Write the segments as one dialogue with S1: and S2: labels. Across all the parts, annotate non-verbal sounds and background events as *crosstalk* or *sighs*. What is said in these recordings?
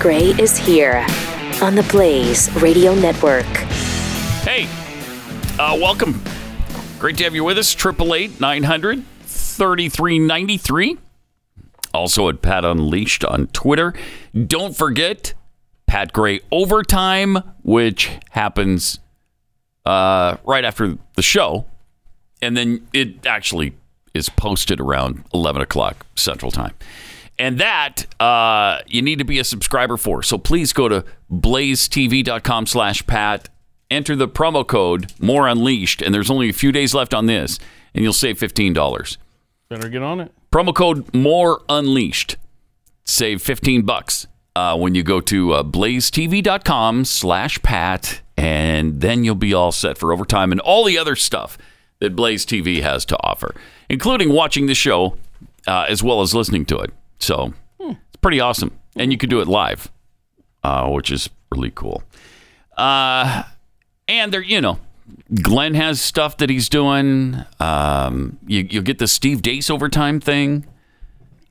S1: Gray is here on the Blaze Radio Network.
S2: Hey, uh, welcome. Great to have you with us. 888 900 3393. Also at Pat Unleashed on Twitter. Don't forget Pat Gray Overtime, which happens uh, right after the show. And then it actually is posted around 11 o'clock Central Time. And that uh, you need to be a subscriber for. So please go to blazetv.com slash Pat, enter the promo code More Unleashed, and there's only a few days left on this, and you'll save $15.
S3: Better get on it.
S2: Promo code More Unleashed. Save 15 bucks uh, when you go to uh, blazetv.com slash Pat, and then you'll be all set for overtime and all the other stuff that Blaze TV has to offer, including watching the show uh, as well as listening to it. So it's pretty awesome. And you can do it live, uh, which is really cool. Uh, and there, you know, Glenn has stuff that he's doing. Um, you, you'll get the Steve Dace overtime thing.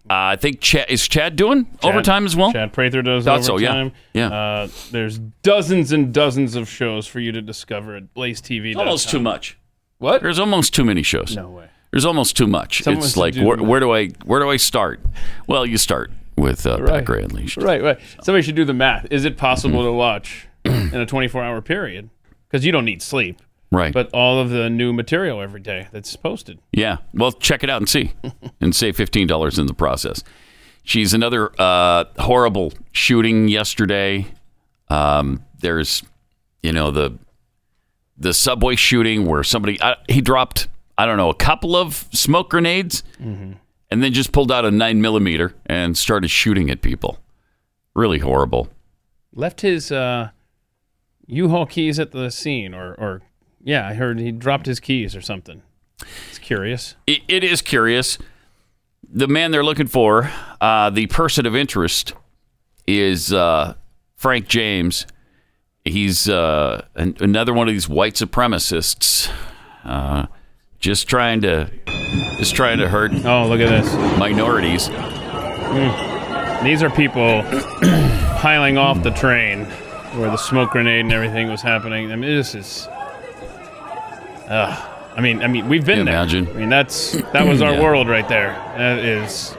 S2: Uh, I think Chad is Chad doing overtime as well.
S3: Chad Prather does
S2: Thought so, yeah.
S3: overtime.
S2: Yeah.
S3: Uh, there's dozens and dozens of shows for you to discover at BlazeTV.
S2: Almost too much.
S3: What?
S2: There's almost too many shows.
S3: No way.
S2: There's almost too much.
S3: Someone has
S2: it's
S3: to
S2: like
S3: do
S2: where,
S3: that.
S2: where do I where do I start? Well, you start with uh, Pat
S3: Right.
S2: Gray Unleashed.
S3: Right, right. Somebody should do the math. Is it possible
S2: *clears throat*
S3: to watch in a 24-hour period? Because you don't need sleep.
S2: Right.
S3: But all of the new material every day that's posted.
S2: Yeah. Well, check it out and see, and save fifteen dollars in the process. She's another uh, horrible shooting yesterday. Um, there's, you know, the the subway shooting where somebody I, he dropped I don't know a couple of smoke grenades, and then just pulled out a nine millimeter and started shooting at people. Really horrible.
S3: Left his uh, U-Haul keys at the scene, or, or yeah, I heard he dropped his keys or something. It's curious.
S2: it, it is curious. The man they're looking for, uh, the person of interest, is uh, Frank James. He's uh, an, another one of these white supremacists, uh, just trying to just trying to hurt
S3: Oh, look at this.
S2: minorities.
S3: These are people *clears throat* piling off the train where the smoke grenade and everything was happening. I mean, this is. Uh, I mean, I mean, we've been
S2: Can you
S3: there.
S2: imagine?
S3: I mean, that's
S2: *clears throat*
S3: that was our
S2: Yeah.
S3: world right there. That is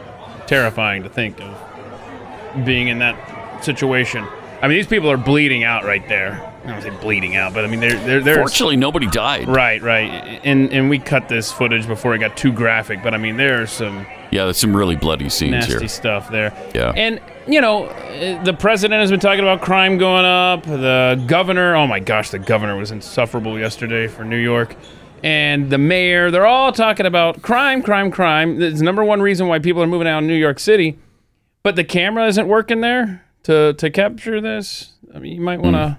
S3: terrifying to think of being in that situation. I mean, these people are bleeding out right there. I don't say bleeding out, but I mean, they're they're they're
S2: Fortunately, nobody died.
S3: right, right. And and we cut this footage before it got too graphic. But I mean, there are some
S2: Yeah, there's some really bloody scenes
S3: nasty
S2: here.
S3: stuff there.
S2: Yeah.
S3: And you know, uh, the president has been talking about crime going up. The governor, oh my gosh, the governor was insufferable yesterday for New York. And the mayor, they're all talking about crime, crime, crime. It's the number one reason why people are moving out of New York City. But the camera isn't working there to to capture this. I mean, you might want
S2: Mm.
S3: to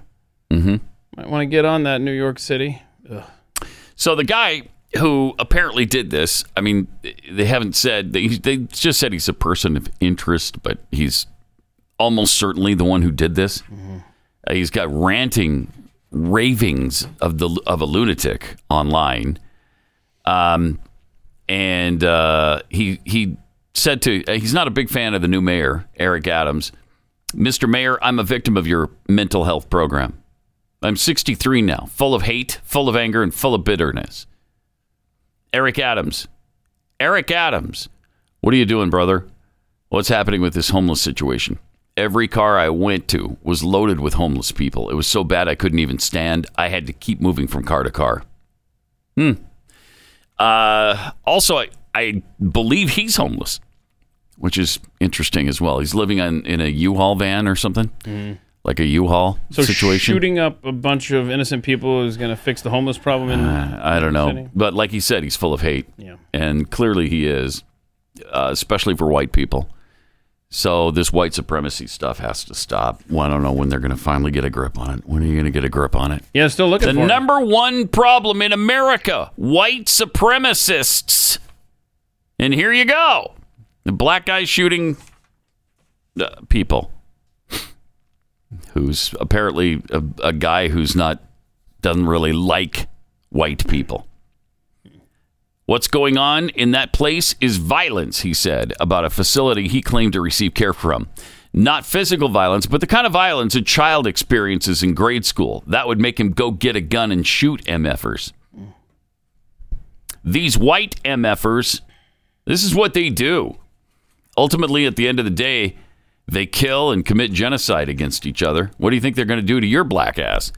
S2: Mm-hmm.
S3: might want to get on that New York City.
S2: So the guy who apparently did this, I mean, they haven't said they they just said he's a person of interest, but he's almost certainly the one who did this. Uh, he's got ranting ravings of the of a lunatic online. Um and uh, he he said to uh, he's not a big fan of the new mayor Eric Adams. Mr. Mayor, I'm a victim of your mental health program. I'm 63 now, full of hate, full of anger, and full of bitterness. Eric Adams. Eric Adams. What are you doing, brother? What's happening with this homeless situation? Every car I went to was loaded with homeless people. It was so bad I couldn't even stand. I had to keep moving from car to car. Hmm. Uh, also, I, I believe he's homeless, which is interesting as well. He's living on, in a U-Haul van or something, like a U-Haul
S3: So
S2: situation.
S3: shooting up a bunch of innocent people is going to fix the homeless problem. In,
S2: Uh, I don't know.
S3: City.
S2: But like he said, he's full of hate.
S3: Yeah.
S2: And clearly he is, uh, especially for white people. So this white supremacy stuff has to stop. Well, I don't know when they're going to finally get a grip on it. When are you going to get a grip on it?
S3: yeah, still looking
S2: The
S3: for 'em.
S2: number one problem in America white supremacists. And here you go the black guy shooting uh, people. who's apparently a, a guy who's not, doesn't really like white people. What's going on in that place is violence, he said, about a facility he claimed to receive care from. Not physical violence, but the kind of violence a child experiences in grade school. That would make him go get a gun and shoot MFers. These white MFers, this is what they do. Ultimately, at the end of the day, they kill and commit genocide against each other. What do you think they're going to do to your black ass?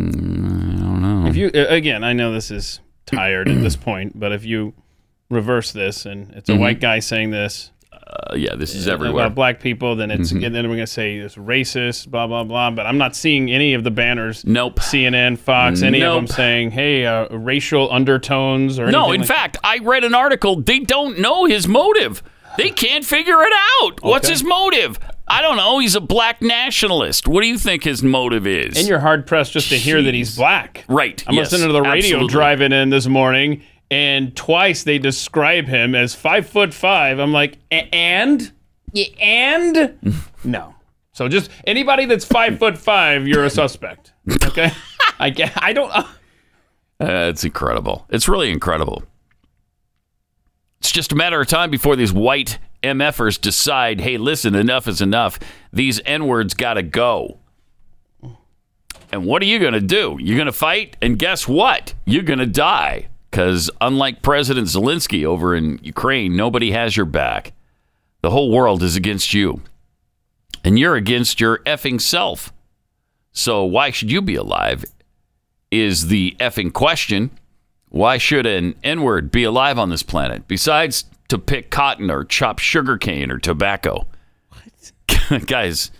S3: If you uh, again, I know this is tired at this point, but if you reverse this and it's a white guy saying this
S2: Uh, yeah, this is Mm-hmm. everywhere. Mm-hmm.
S3: about black people, then it's and then we're gonna say it's racist, blah blah blah. But I'm not seeing any of the banners.
S2: Nope.
S3: CNN, Fox, any of
S2: Nope.
S3: them saying, "Hey, uh, racial undertones" or
S2: No,
S3: anything
S2: in
S3: like-
S2: fact, I read an article. They don't know his motive. They can't figure it out. What's his motive? I don't know. He's a black nationalist. What do you think his motive is?
S3: And you're hard pressed just to hear that he's black.
S2: Right,
S3: I'm
S2: yes,
S3: listening to the radio
S2: absolutely.
S3: driving in this morning, and twice they describe him as five foot five. I'm like, "A- and Yeah,
S2: *laughs*
S3: and no. So just anybody that's five foot five, you're a suspect. Okay. I get. I don't.
S2: Uh, it's incredible. It's really incredible. It's just a matter of time before these white MFers decide, hey, listen, enough is enough. These N words got to go. And what are you going to do? You're going to fight, and guess what? You're going to die. Because unlike President Zelensky over in Ukraine, nobody has your back. The whole world is against you. And you're against your effing self. So why should you be alive is the effing question. Why should an N word be alive on this planet besides to pick cotton or chop sugarcane or tobacco? *laughs* Guys,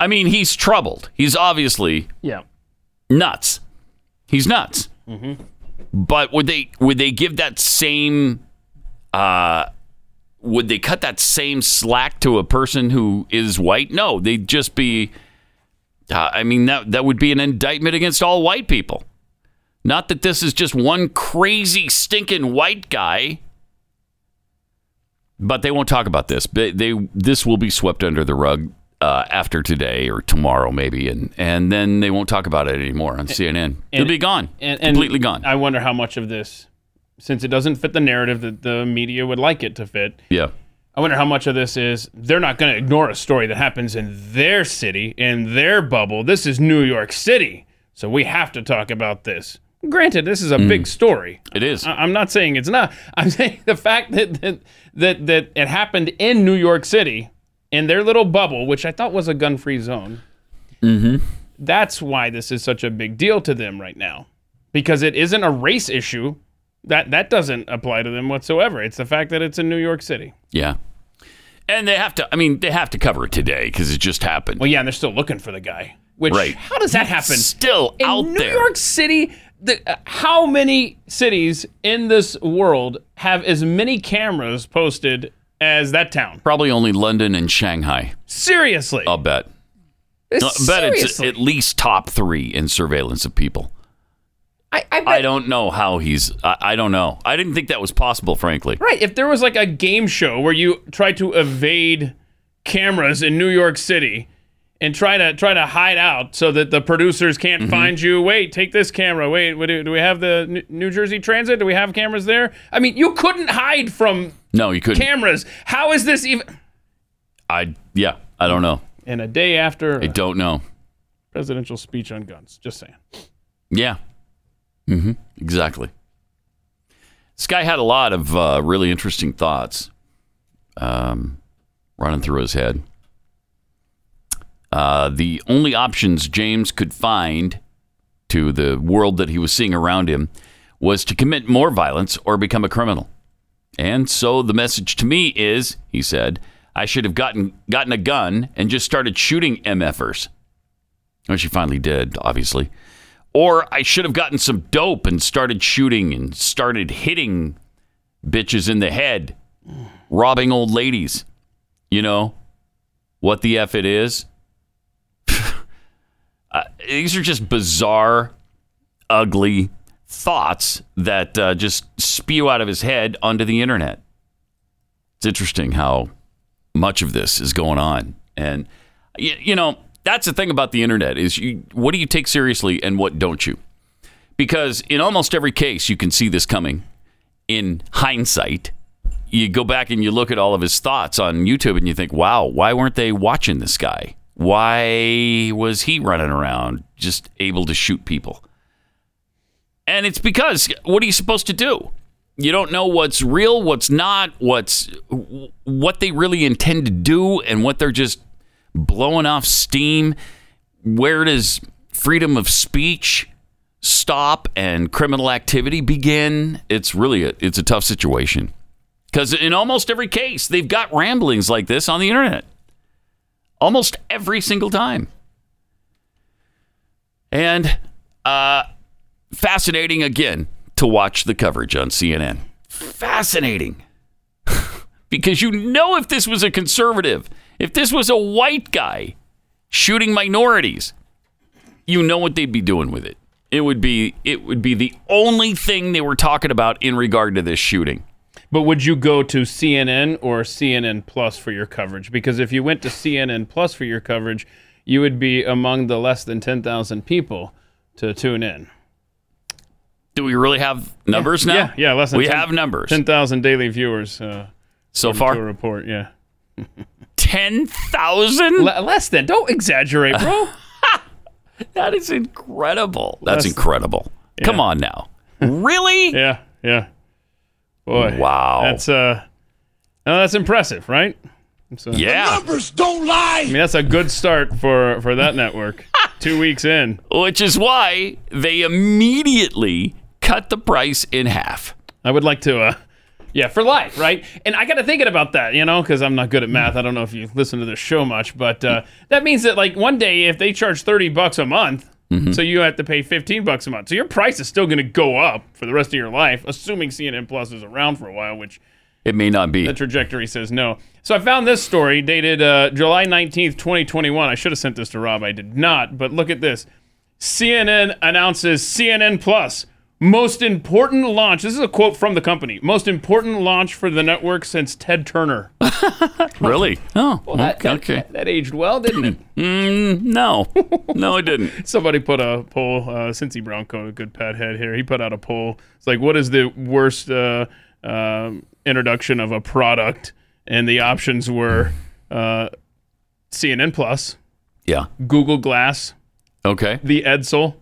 S2: I mean, he's troubled. He's obviously
S3: Yeah.
S2: nuts. He's nuts. But would they would they give that same uh, would they cut that same slack to a person who is white? No, they'd just be. Uh, I mean that that would be an indictment against all white people. Not that this is just one crazy stinking white guy. But they won't talk about this. They, they this will be swept under the rug uh, after today or tomorrow maybe, and and then they won't talk about it anymore on CNN. It'll be gone, completely gone.
S3: I wonder how much of this, since it doesn't fit the narrative that the media would like it to fit,
S2: yeah,
S3: I wonder how much of this is they're not going to ignore a story that happens in their city, in their bubble. This is New York City, so we have to talk about this. Granted, this is a big story.
S2: it is.
S3: I- I'm not saying it's not. *laughs* I'm saying the fact that that, that that it happened in New York City, in their little bubble, which I thought was a gun-free zone. Mm-hmm. That's why this is such a big deal to them right now, because it isn't a race issue. That that doesn't apply to them whatsoever. It's the fact that it's in New York City.
S2: yeah, and they have to. I mean, they have to cover it today because it just happened.
S3: Well, yeah, and they're still looking for the guy. Which
S2: Right.
S3: how does that happen?
S2: Still
S3: in
S2: out
S3: New
S2: there.
S3: York City, the, uh, how many cities in this world have as many cameras posted as that town?
S2: Probably only London and Shanghai.
S3: Seriously,
S2: I'll bet. I'll Oh, bet it's
S3: Eh, seriously,
S2: at least top three in surveillance of people.
S3: I, I bet,
S2: I don't know how he's. I, I don't know. I didn't think that was possible, frankly.
S3: right. If there was like a game show where you try to evade cameras in New York City and try to try to hide out so that the producers can't find you. Wait, take this camera. Wait, what do, do we have the New- New Jersey Transit? Do we have cameras there? I mean, you couldn't hide from
S2: No, you couldn't.
S3: cameras. How is this even?
S2: I yeah. I don't know.
S3: And a day after
S2: I
S3: a
S2: don't know.
S3: presidential speech on guns. Just saying.
S2: Yeah. hmm Exactly. This guy had a lot of uh, really interesting thoughts um, running through his head. Uh, the only options James could find to the world that he was seeing around him was to commit more violence or become a criminal. And so the message to me is, he said, I should have gotten gotten a gun and just started shooting MFers. Which he finally did, obviously. Or I should have gotten some dope and started shooting and started hitting bitches in the head, robbing old ladies. You know what the F it is? *laughs* uh, these are just bizarre, ugly thoughts that uh, just spew out of his head onto the internet. It's interesting how much of this is going on. And, you, you know, that's the thing about the internet is you, what do you take seriously and what don't you? Because in almost every case, you can see this coming in hindsight. you go back and you look at all of his thoughts on YouTube and you think, wow, why weren't they watching this guy? Why was he running around just able to shoot people? And it's because what are you supposed to do? You don't know what's real, what's not, what's what they really intend to do and what they're just blowing off steam. Where does freedom of speech stop and criminal activity begin? It's really a, it's a tough situation. Because in almost every case, they've got ramblings like this on the internet. Almost every single time. And uh, fascinating again to watch the coverage on CNN. Fascinating. because you know if this was a conservative, if this was a white guy shooting minorities, you know what they'd be doing with it. It would be it would be the only thing they were talking about in regard to this shooting.
S3: But would you go to CNN or CNN Plus for your coverage? Because if you went to CNN Plus for your coverage, you would be among the less than 10,000 people to tune in.
S2: Do we really have numbers now?
S3: Yeah, yeah, less than
S2: we
S3: 10
S2: have numbers
S3: 10,000 daily viewers uh,
S2: so
S3: to a
S2: far.
S3: report, yeah.
S2: Ten thousand.
S3: Le- less than. Don't exaggerate, bro.
S2: That is incredible. That's
S3: Less-
S2: incredible. Come on now. Really?
S3: *laughs* *laughs* yeah, yeah. Boy.
S2: Wow.
S3: That's uh no, that's impressive, right?
S2: yeah.
S3: I mean, that's a good start for for that network. 2 weeks in.
S2: Which is why they immediately cut the price in half.
S3: I would like to, uh, yeah, for life, right? And I got to thinking about that, you know, because I'm not good at math. I don't know if you listen to this show much, but uh, that means that like one day if they charge 30 bucks a month, so you have to pay 15 bucks a month, so your price is still going to go up for the rest of your life, assuming CNN Plus is around for a while, which
S2: It may not be.
S3: the trajectory says no. So I found this story dated uh, July 19th, 2021. I should have sent this to Rob. I did not, but look at this. CNN announces CNN Plus most important launch. This is a quote from the company. Most important launch for the network since Ted Turner.
S2: Really? Oh,
S3: That-
S2: okay.
S3: that-
S2: okay.
S3: That, aged well, didn't it? *laughs*
S2: No, no, it didn't.
S3: Somebody put a poll. Uh, Cincy Bronco, a good pat head here, he put out a poll. It's like, what is the worst uh, um introduction of a product? And the options were uh, CNN Plus,
S2: Yeah.
S3: Google Glass,
S2: Okay.
S3: the Edsel,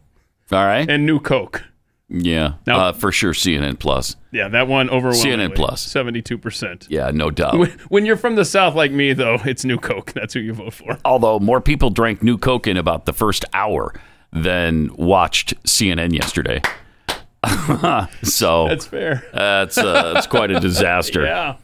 S2: All right.
S3: and New Coke.
S2: Yeah.
S3: No.
S2: Uh, for sure, CNN Plus.
S3: Yeah, that one overwhelmingly.
S2: CNN Plus.
S3: seventy-two percent.
S2: Yeah, no
S3: *laughs*
S2: doubt.
S3: When you're from the South like me, though, it's New Coke. That's who you vote for.
S2: although more people drank New Coke in about the first hour than watched CNN yesterday. *laughs* so
S3: That's fair.
S2: that's uh, that's quite a disaster.
S3: *laughs* Yeah.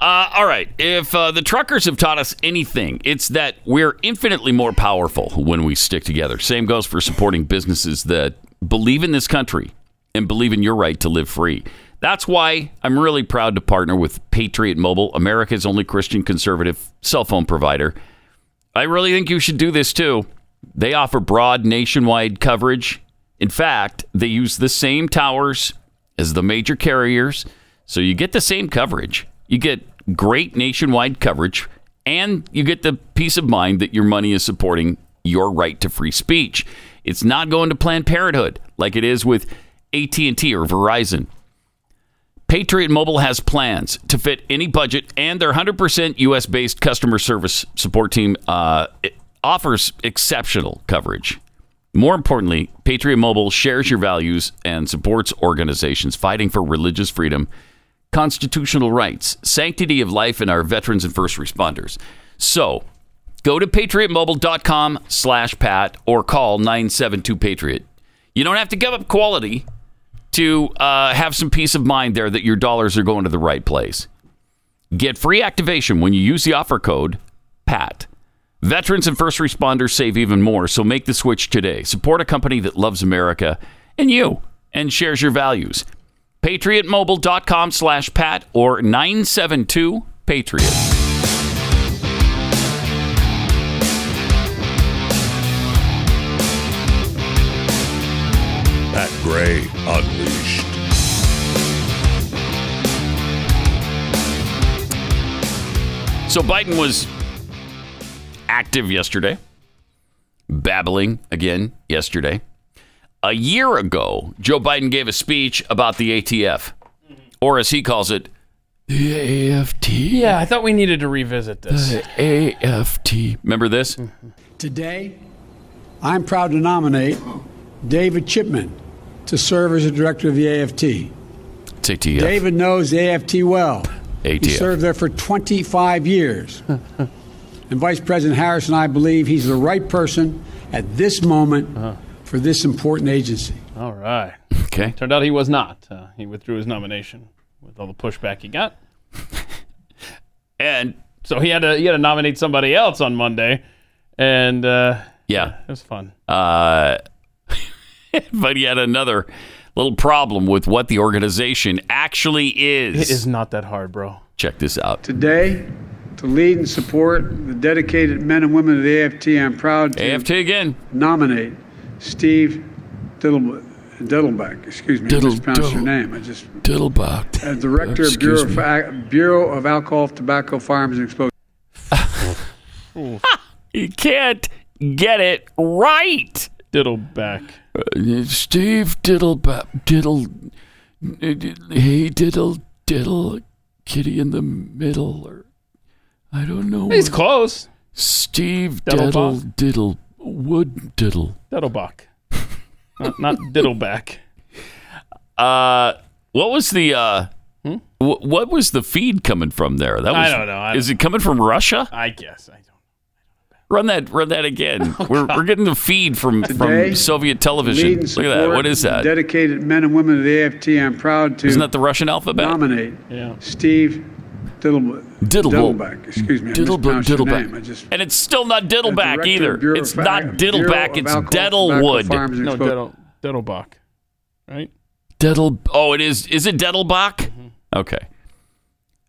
S2: Uh, all right, if uh, the truckers have taught us anything, it's that we're infinitely more powerful when we stick together. Same goes for supporting businesses that believe in this country and believe in your right to live free. That's why I'm really proud to partner with Patriot Mobile, America's only Christian conservative cell phone provider. I really think you should do this too. They offer broad nationwide coverage. In fact, they use the same towers as the major carriers, so you get the same coverage. You get great nationwide coverage, and you get the peace of mind that your money is supporting your right to free speech. It's not going to Planned Parenthood like it is with AT&T or Verizon. Patriot Mobile has plans to fit any budget, and their 100% U.S. based customer service support team uh, it offers exceptional coverage. More importantly, Patriot Mobile shares your values and supports organizations fighting for religious freedom, constitutional rights, sanctity of life, and our veterans and first responders. So, go to patriotmobile.com slash pat or call 972 patriot you don't have to give up quality to uh, have some peace of mind there that your dollars are going to the right place. Get free activation when you use the offer code PAT. Veterans and first responders save even more, so make the switch today. Support a company that loves America and you and shares your values. PatriotMobile.com slash PAT or 972 Patriot.
S4: Pat Gray Unleashed.
S2: So Biden was active yesterday, babbling again yesterday. A year ago, Joe Biden gave a speech about the ATF, or as he calls it, The AFT.
S3: Yeah, I thought we needed to revisit this.
S2: AFT. Remember this?
S5: Today, I'm proud to nominate David Chipman to serve as the director of the AFT.
S2: It's ATF.
S5: David knows the AFT well. He
S2: ATF.
S5: served there for 25 years. and Vice President Harris and I believe he's the right person at this moment
S2: Uh-huh.
S5: for this important agency.
S3: All right.
S2: Okay.
S3: Turned out he was not. Uh, he withdrew his nomination with all the pushback he got.
S2: And
S3: So he had to he had to nominate somebody else on Monday, and uh,
S2: yeah,
S3: it was fun.
S2: uh, *laughs* but he had another little problem with what the organization actually
S3: It
S2: is.
S3: is not that hard, bro.
S2: Check this out.
S5: Today, to lead and support the dedicated men and women of the AFT, I'm proud to
S2: AFT again.
S5: nominate Steve Diddleb- Diddleback, excuse me,
S2: Diddle-
S5: I mispronounced your
S2: diddle-
S5: name. I just
S2: Diddlebot.
S5: as director of Bureau, of Ac- Bureau of Alcohol, Tobacco, Firearms, and Explosives.
S2: You can't get it right.
S3: Diddle back.
S2: Uh, Steve Diddlebop. Diddle. Hey, Diddle. Diddle. Kitty in the middle. Or, I don't know.
S3: He's close.
S2: Steve
S3: Diddlebop.
S2: Diddle. Wood Diddle.
S3: Diddleback. *laughs* not, not diddle back.
S2: Uh, what was the uh, wh- what was the feed coming from there? That was,
S3: I don't know. I
S2: is it coming from Russia?
S3: I guess I don't.
S2: Run that, run that again. we're, we're getting the feed from from
S5: Today,
S2: Soviet
S5: Lead
S2: television.
S5: and
S2: Look at that.
S5: support
S2: What is that?
S5: Dedicated men and women of the AFT. I'm proud to
S2: Isn't that the Russian alphabet?
S5: nominate
S3: Yeah.
S5: Steve Diddleb-
S2: Diddleb-
S5: Diddleback. Excuse me, I
S2: Diddleback,
S5: mispronounced your name. I
S2: Diddleback,
S5: just
S2: and it's still not Diddleback
S5: Director
S2: either.
S5: of Bureau
S2: It's
S5: of
S2: not
S5: Ac-
S2: Diddleback.
S5: Bureau of
S2: It's
S5: Alcohol, Tobacco, Firearms,
S2: Deadlewood.
S5: and
S3: No,
S5: Explosives.
S3: diddle diddleback. Right.
S2: Diddle. Oh, it is. Is it Diddlebach? Okay.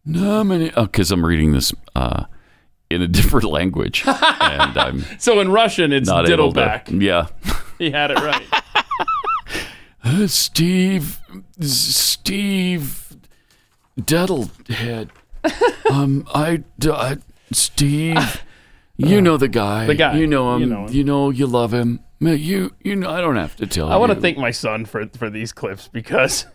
S2: Nominate. Oh, because I'm reading this uh, in a *laughs* different language, and I'm
S3: So in Russian, it's
S2: not able to-
S3: diddleback.
S2: Yeah. *laughs*
S3: He had it right.
S2: Steve, Steve, Deadlehead. um, I, I, Steve, you know the guy. The
S3: guy.
S2: You know him.
S3: You
S2: You
S3: know
S2: know,
S3: him.
S2: you, love him. Man, You, you know. I don't have to tell.
S3: I want to
S2: you.
S3: thank my son for for these clips because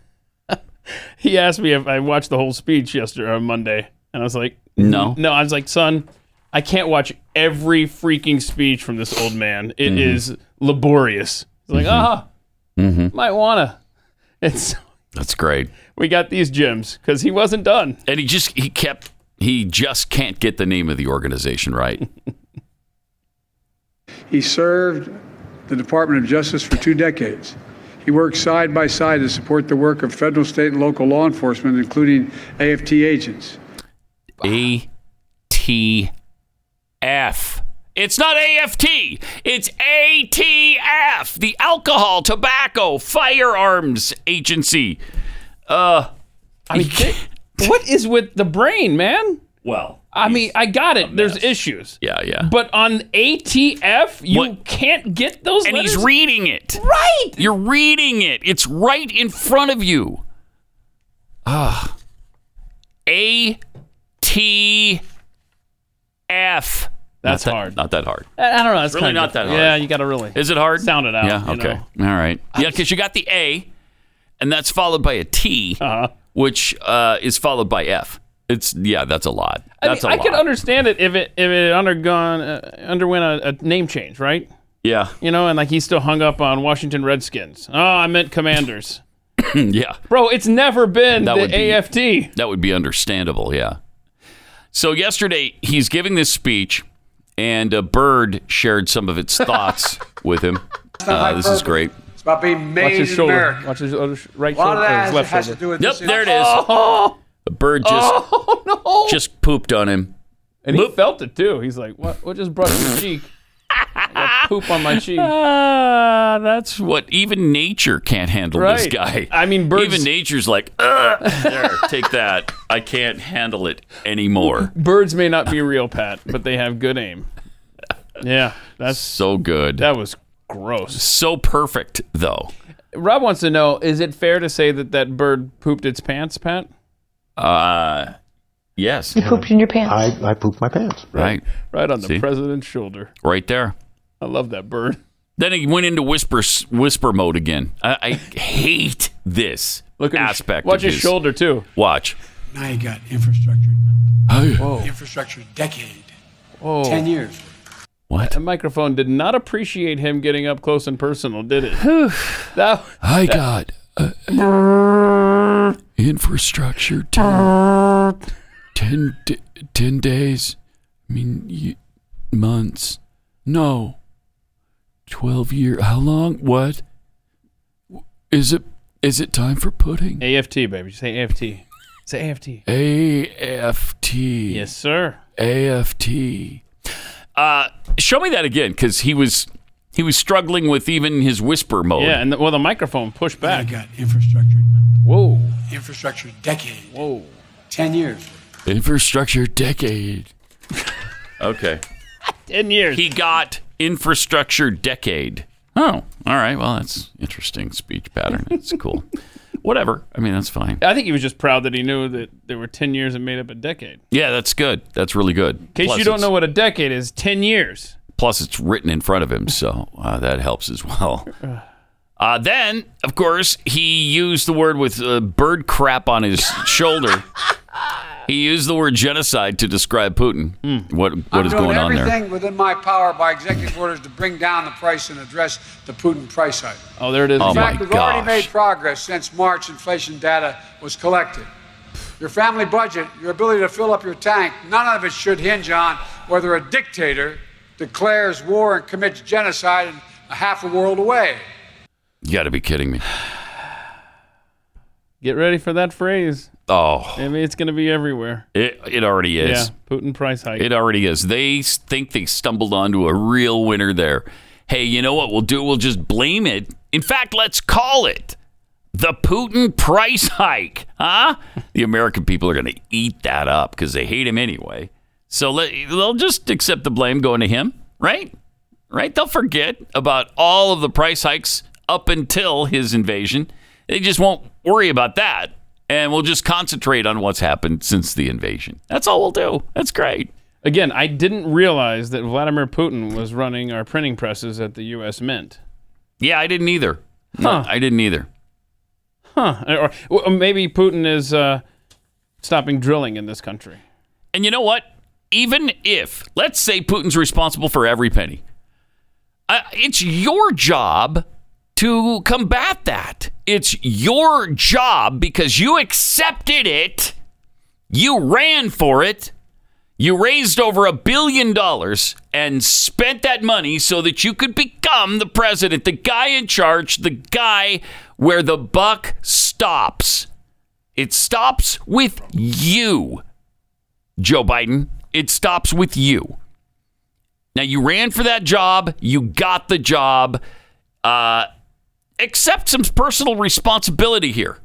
S3: *laughs* he asked me if I watched the whole speech yesterday on Monday, and I was like,
S2: No.
S3: no. I was like, son, I can't watch every freaking speech from this old man.
S2: Mm-hmm.
S3: It is laborious. He's like, ah,
S2: Mm-hmm.
S3: might wanna. *laughs* It's
S2: That's great.
S3: we got these gems because he wasn't done.
S2: And he just he kept he just can't get the name of the organization *laughs* right.
S5: He served the Department of Justice for two decades. He worked side by side to support the work of federal, state, and local law enforcement, including AFT agents.
S2: A T F. It's not AFT. It's ATF, the Alcohol, Tobacco, Firearms Agency. Uh,
S3: I mean,
S2: *laughs*
S3: they- what is with the brain, man?
S2: well,
S3: I mean, I got it. There's issues.
S2: yeah, yeah.
S3: But on ATF, you
S2: What?
S3: can't get those
S2: and
S3: letters.
S2: he's reading it.
S3: right.
S2: You're reading it. It's right in front of you. Ah, A T F.
S3: That's
S2: Not that-
S3: hard.
S2: Not that hard.
S3: I I don't know. It's
S2: Really
S3: kinda
S2: not that
S3: difficult.
S2: hard.
S3: Yeah, you got to really
S2: Is it hard?
S3: sound it out.
S2: Yeah.
S3: you
S2: Okay.
S3: know.
S2: All right. Yeah, because you got the A, and that's followed by a T,
S3: Uh-huh.
S2: which uh, is followed by F. It's yeah, that's a lot.
S3: I,
S2: That's
S3: mean,
S2: a
S3: I
S2: lot.
S3: could understand it if it if it undergone uh, underwent a, a name change, right?
S2: yeah. *laughs*
S3: You know, and like he's still hung up on Washington Redskins. Oh, I meant Commanders,
S2: yeah.
S3: bro. It's never been
S2: That
S3: the
S2: would be-
S3: AFT.
S2: That would be understandable. Yeah. So yesterday he's giving this speech, and a bird shared some of its *laughs* thoughts with him. Uh, this is great.
S5: It's about being
S3: Watch
S5: made
S3: his
S5: in
S3: shoulder.
S5: America.
S3: Watch his other sh- right
S5: A lot
S3: shoulder.
S5: of
S3: or
S5: that
S3: his
S5: has,
S3: left
S5: has to
S3: shoulder.
S5: do with
S2: Yep,
S5: this
S2: there it is. A bird just
S3: Oh no!
S2: just pooped on him.
S3: and he felt it too. He's like, "What? What just brushed your cheek? I got poop on
S2: *laughs*
S3: my cheek."
S2: Ah, that's what even nature can't handle this
S3: Right.
S2: guy.
S3: I mean, birds-
S2: Even nature's like, Ugh, there, take that. I can't handle it anymore.
S3: Birds may not be real, Pat, but they have good aim. Yeah, that's
S2: So good.
S3: that was gross.
S2: So perfect, though.
S3: Rob wants to know: Is it fair to say that that bird pooped its pants, Pat?
S2: Uh, yes,
S6: pooped in your pants.
S7: I, I pooped my pants.
S2: right,
S3: Right on the
S2: See?
S3: president's shoulder.
S2: right there.
S3: I love that bird.
S2: Then he went into whisper whisper mode again. I, I hate this
S3: Look at his-
S2: aspect.
S3: Watch
S2: of
S3: his shoulder too.
S2: Watch.
S6: Now you got infrastructure,
S2: Whoa.
S6: infrastructure decade, ten years.
S2: What?
S3: The Oh, microphone did not appreciate him getting up close and personal, did it? that,
S2: I got uh, infrastructure ten, ten, d- 10 days. I mean, y- months. No, twelve year. How long? What is it? Is it time for pudding?
S3: AFT, baby. Say AFT. Say AFT.
S2: AFT.
S3: Yes, sir.
S2: AFT. Uh, show me that again, because he was he was struggling with even his whisper mode.
S3: Yeah, and the, well, the microphone pushed
S6: Now you
S3: back.
S6: got infrastructure,
S3: Whoa,
S6: infrastructure decade,
S3: whoa.
S6: ten years.
S2: Infrastructure decade. *laughs* okay.
S3: Ten years.
S2: He got infrastructure decade. Oh, all right. Well, that's interesting speech pattern. It's *laughs* cool. Whatever. I mean, that's fine.
S3: I think he was just proud that he knew that there were ten years that made up a decade. In
S2: Yeah, that's good. That's really good. In
S3: case you don't know what a decade is, ten years.
S2: plus it's written in front of him, so uh, that helps as well. Uh, then, of course, he used the word with uh, bird crap on his shoulder. He used the word genocide to describe Putin. What what is
S5: I'm doing
S2: going on there?
S5: everything within my power by executive orders to bring down the price and address the Putin price hike.
S3: Oh, there it is.
S2: Oh,
S5: In
S2: my
S5: fact, we've already
S2: gosh.
S5: made progress since March inflation data was collected. Your family budget, your ability to fill up your tank, none of it should hinge on whether a dictator declares war and commits genocide in a half a world away.
S2: You got to be kidding me!
S3: Get ready for that phrase.
S2: Oh,
S3: I mean, it's going to be everywhere.
S2: it it already is.
S3: Yeah, Putin price hike.
S2: It already is. They s- think they stumbled onto a real winner there. Hey, you know what we'll do? We'll just blame it. In fact, let's call it the Putin price hike, huh? the American people are going to eat that up because they hate him anyway. So let, they'll just accept the blame going to him, right? Right? They'll forget about all of the price hikes up until his invasion. They just won't worry about that. And we'll just concentrate on what's happened since the invasion. That's all we'll do. That's great.
S3: Again, I didn't realize that Vladimir Putin was running our printing presses at the U.S. Mint.
S2: Yeah, I didn't either. No,
S3: Huh.
S2: I didn't either.
S3: Huh. Or, or maybe Putin is uh, stopping drilling in this country.
S2: And you know what? Even if, let's say Putin's responsible for every penny, uh, it's your job to combat that. It's your job because you accepted it, you ran for it, you raised over a billion dollars and spent that money so that you could become the president, the guy in charge, the guy where the buck stops. It stops with you. Joe Biden, it stops with you. Now, you ran for that job, you got the job. Uh, accept some personal responsibility here.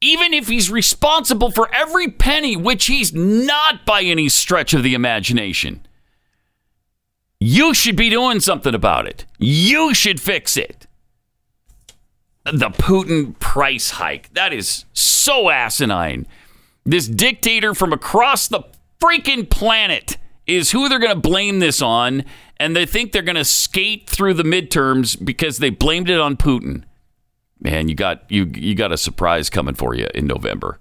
S2: Even if he's responsible for every penny, which he's not by any stretch of the imagination, you should be doing something about it. You should fix it. The Putin price hike. That is so asinine this dictator from across the freaking planet is who they're going to blame this on and they think they're going to skate through the midterms because they blamed it on Putin. Man, you got you you got a surprise coming for you in November.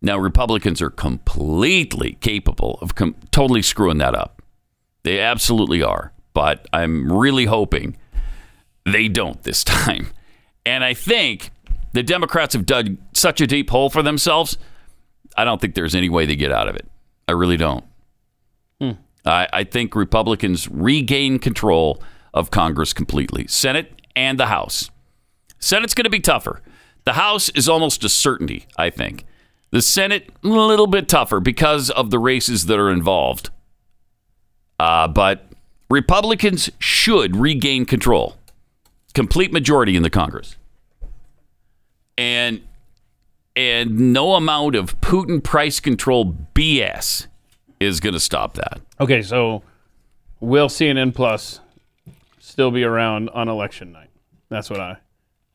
S2: Now Republicans are completely capable of com- totally screwing that up. They absolutely are, but I'm really hoping they don't this *laughs* time. And I think the Democrats have dug such a deep hole for themselves I don't think there's any way they get out of it. I really don't. I, I think Republicans regain control of Congress completely, Senate and the House. Senate's going to be tougher. The House is almost a certainty, I think. The Senate, a little bit tougher because of the races that are involved. Uh, but Republicans should regain control, complete majority in the Congress. And and no amount of Putin price control BS is going to stop that.
S3: Okay, so will CNN Plus still be around on election night? That's what I.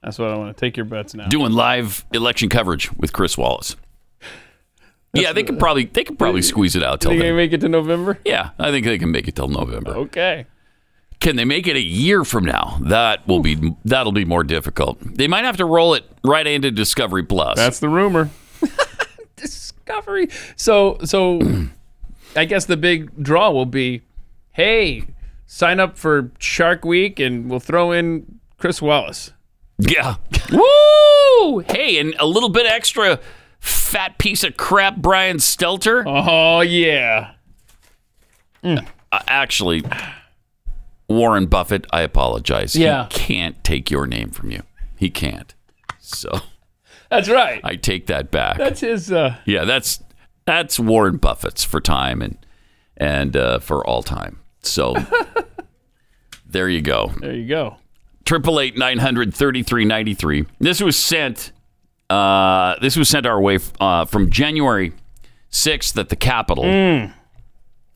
S3: That's what I want to take your bets now.
S2: Doing live election coverage with Chris Wallace. yeah, they could probably they could probably squeeze it out till
S3: Think they
S2: then.
S3: make it to November?
S2: Yeah, I think they can make it till November.
S3: Okay.
S2: Can they make it a year from now? That will be that'll be more difficult. They might have to roll it right into Discovery Plus.
S3: *laughs* That's the rumor. recovery. So so I guess the big draw will be, hey, sign up for Shark Week and we'll throw in Chris Wallace.
S2: Yeah. *laughs* Woo! Hey, and a little bit extra fat piece of crap, Brian Stelter.
S3: Oh yeah.
S2: Uh, actually, Warren Buffett, I apologize.
S3: Yeah.
S2: He can't take your name from you. He can't. So *laughs*
S3: That's right.
S2: I take that back.
S3: That's his uh
S2: yeah, that's that's Warren Buffett's for time and and uh, for all time.
S3: *laughs*
S2: So there you go.
S3: there you go.
S2: triple eight nine hundred thirty three ninety three. This was sent. Uh, this was sent our way uh, from January sixth at the Capitol.
S3: Mm.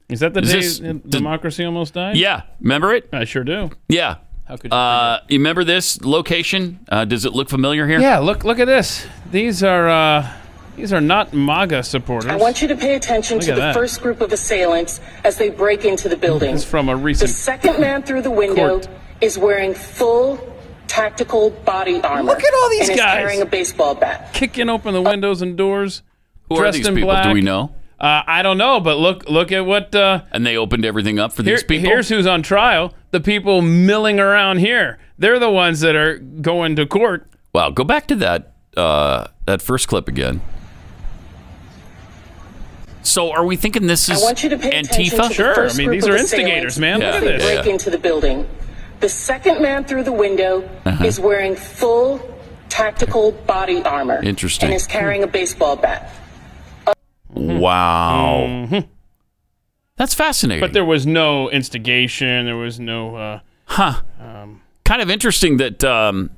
S3: Is that the
S2: Is
S3: day
S2: this-
S3: that democracy almost died?
S2: Yeah, remember it?
S3: I sure do.
S2: Yeah.
S3: How could you
S2: Uh, you remember this location? Uh, does it look familiar here?
S3: Yeah, look look at this. These are uh these are not MAGA supporters.
S7: I want you to pay attention
S3: Look
S7: to
S3: at
S7: the
S3: that.
S7: first group of assailants as they break into the building.
S3: It's from a
S7: The
S3: recent
S7: second man through the window
S3: Court.
S7: is wearing full tactical body armor.
S3: Look at all these
S7: and
S3: guys.
S7: Is carrying a baseball bat.
S3: kicking open the windows and doors.
S2: Who are
S3: dressed
S2: these
S3: in
S2: people? Do
S3: black.
S2: we know?
S3: Uh, I don't know, but look look at what uh,
S2: And they opened everything up for
S3: here-
S2: these people.
S3: here's who's on trial. The people milling around here. They're the ones that are going to court.
S2: wow. Go back to that uh, that first clip again. So, are we thinking this
S7: I
S2: is
S7: want you to pay attention
S2: Antifa?
S7: to the
S3: Sure,
S7: first
S3: I mean,
S7: group
S3: these
S7: of
S3: are
S7: assailants
S3: instigators, man.
S2: Yeah,
S7: As they
S2: yeah,
S7: break
S2: yeah.
S7: into the building. The second man through the window
S3: Uh-huh.
S7: is wearing full tactical body armor.
S2: Interesting.
S7: And is carrying a baseball bat.
S3: Mm-hmm.
S2: Wow. That's fascinating.
S3: But there was no instigation. There was no. Uh,
S2: kind of interesting that um,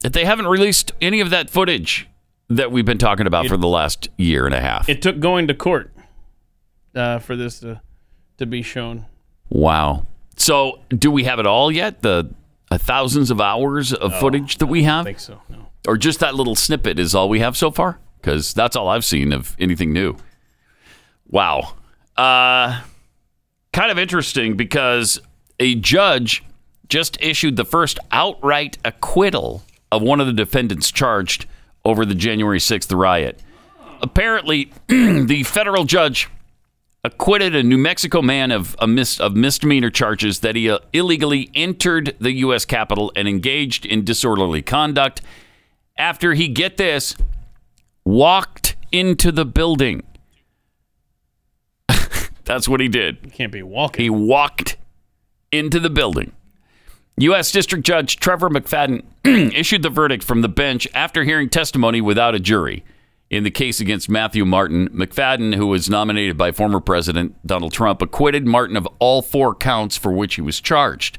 S2: that they haven't released any of that footage that we've been talking about for the last year and a half.
S3: it took going to court uh, for this to to be shown.
S2: wow. So, do we have it all yet? The uh, thousands of hours of footage that we
S3: I
S2: have,
S3: think so. No.
S2: or just that little snippet is all we have so far? Because that's all I've seen of anything new. Wow. Uh, kind of interesting because a judge just issued the first outright acquittal of one of the defendants charged over the January 6th riot. Apparently, *clears throat* the federal judge acquitted a New Mexico man of a mis- of misdemeanor charges that he uh, illegally entered the U.S. Capitol and engaged in disorderly conduct after he, get this, walked into the building. *laughs* That's what he did.
S3: You can't be walking.
S2: He walked into the building. U.S. District Judge Trevor McFadden *clears throat* issued the verdict from the bench after hearing testimony without a jury in the case against Matthew Martin. McFadden, who was nominated by former President Donald Trump, acquitted Martin of all four counts for which he was charged.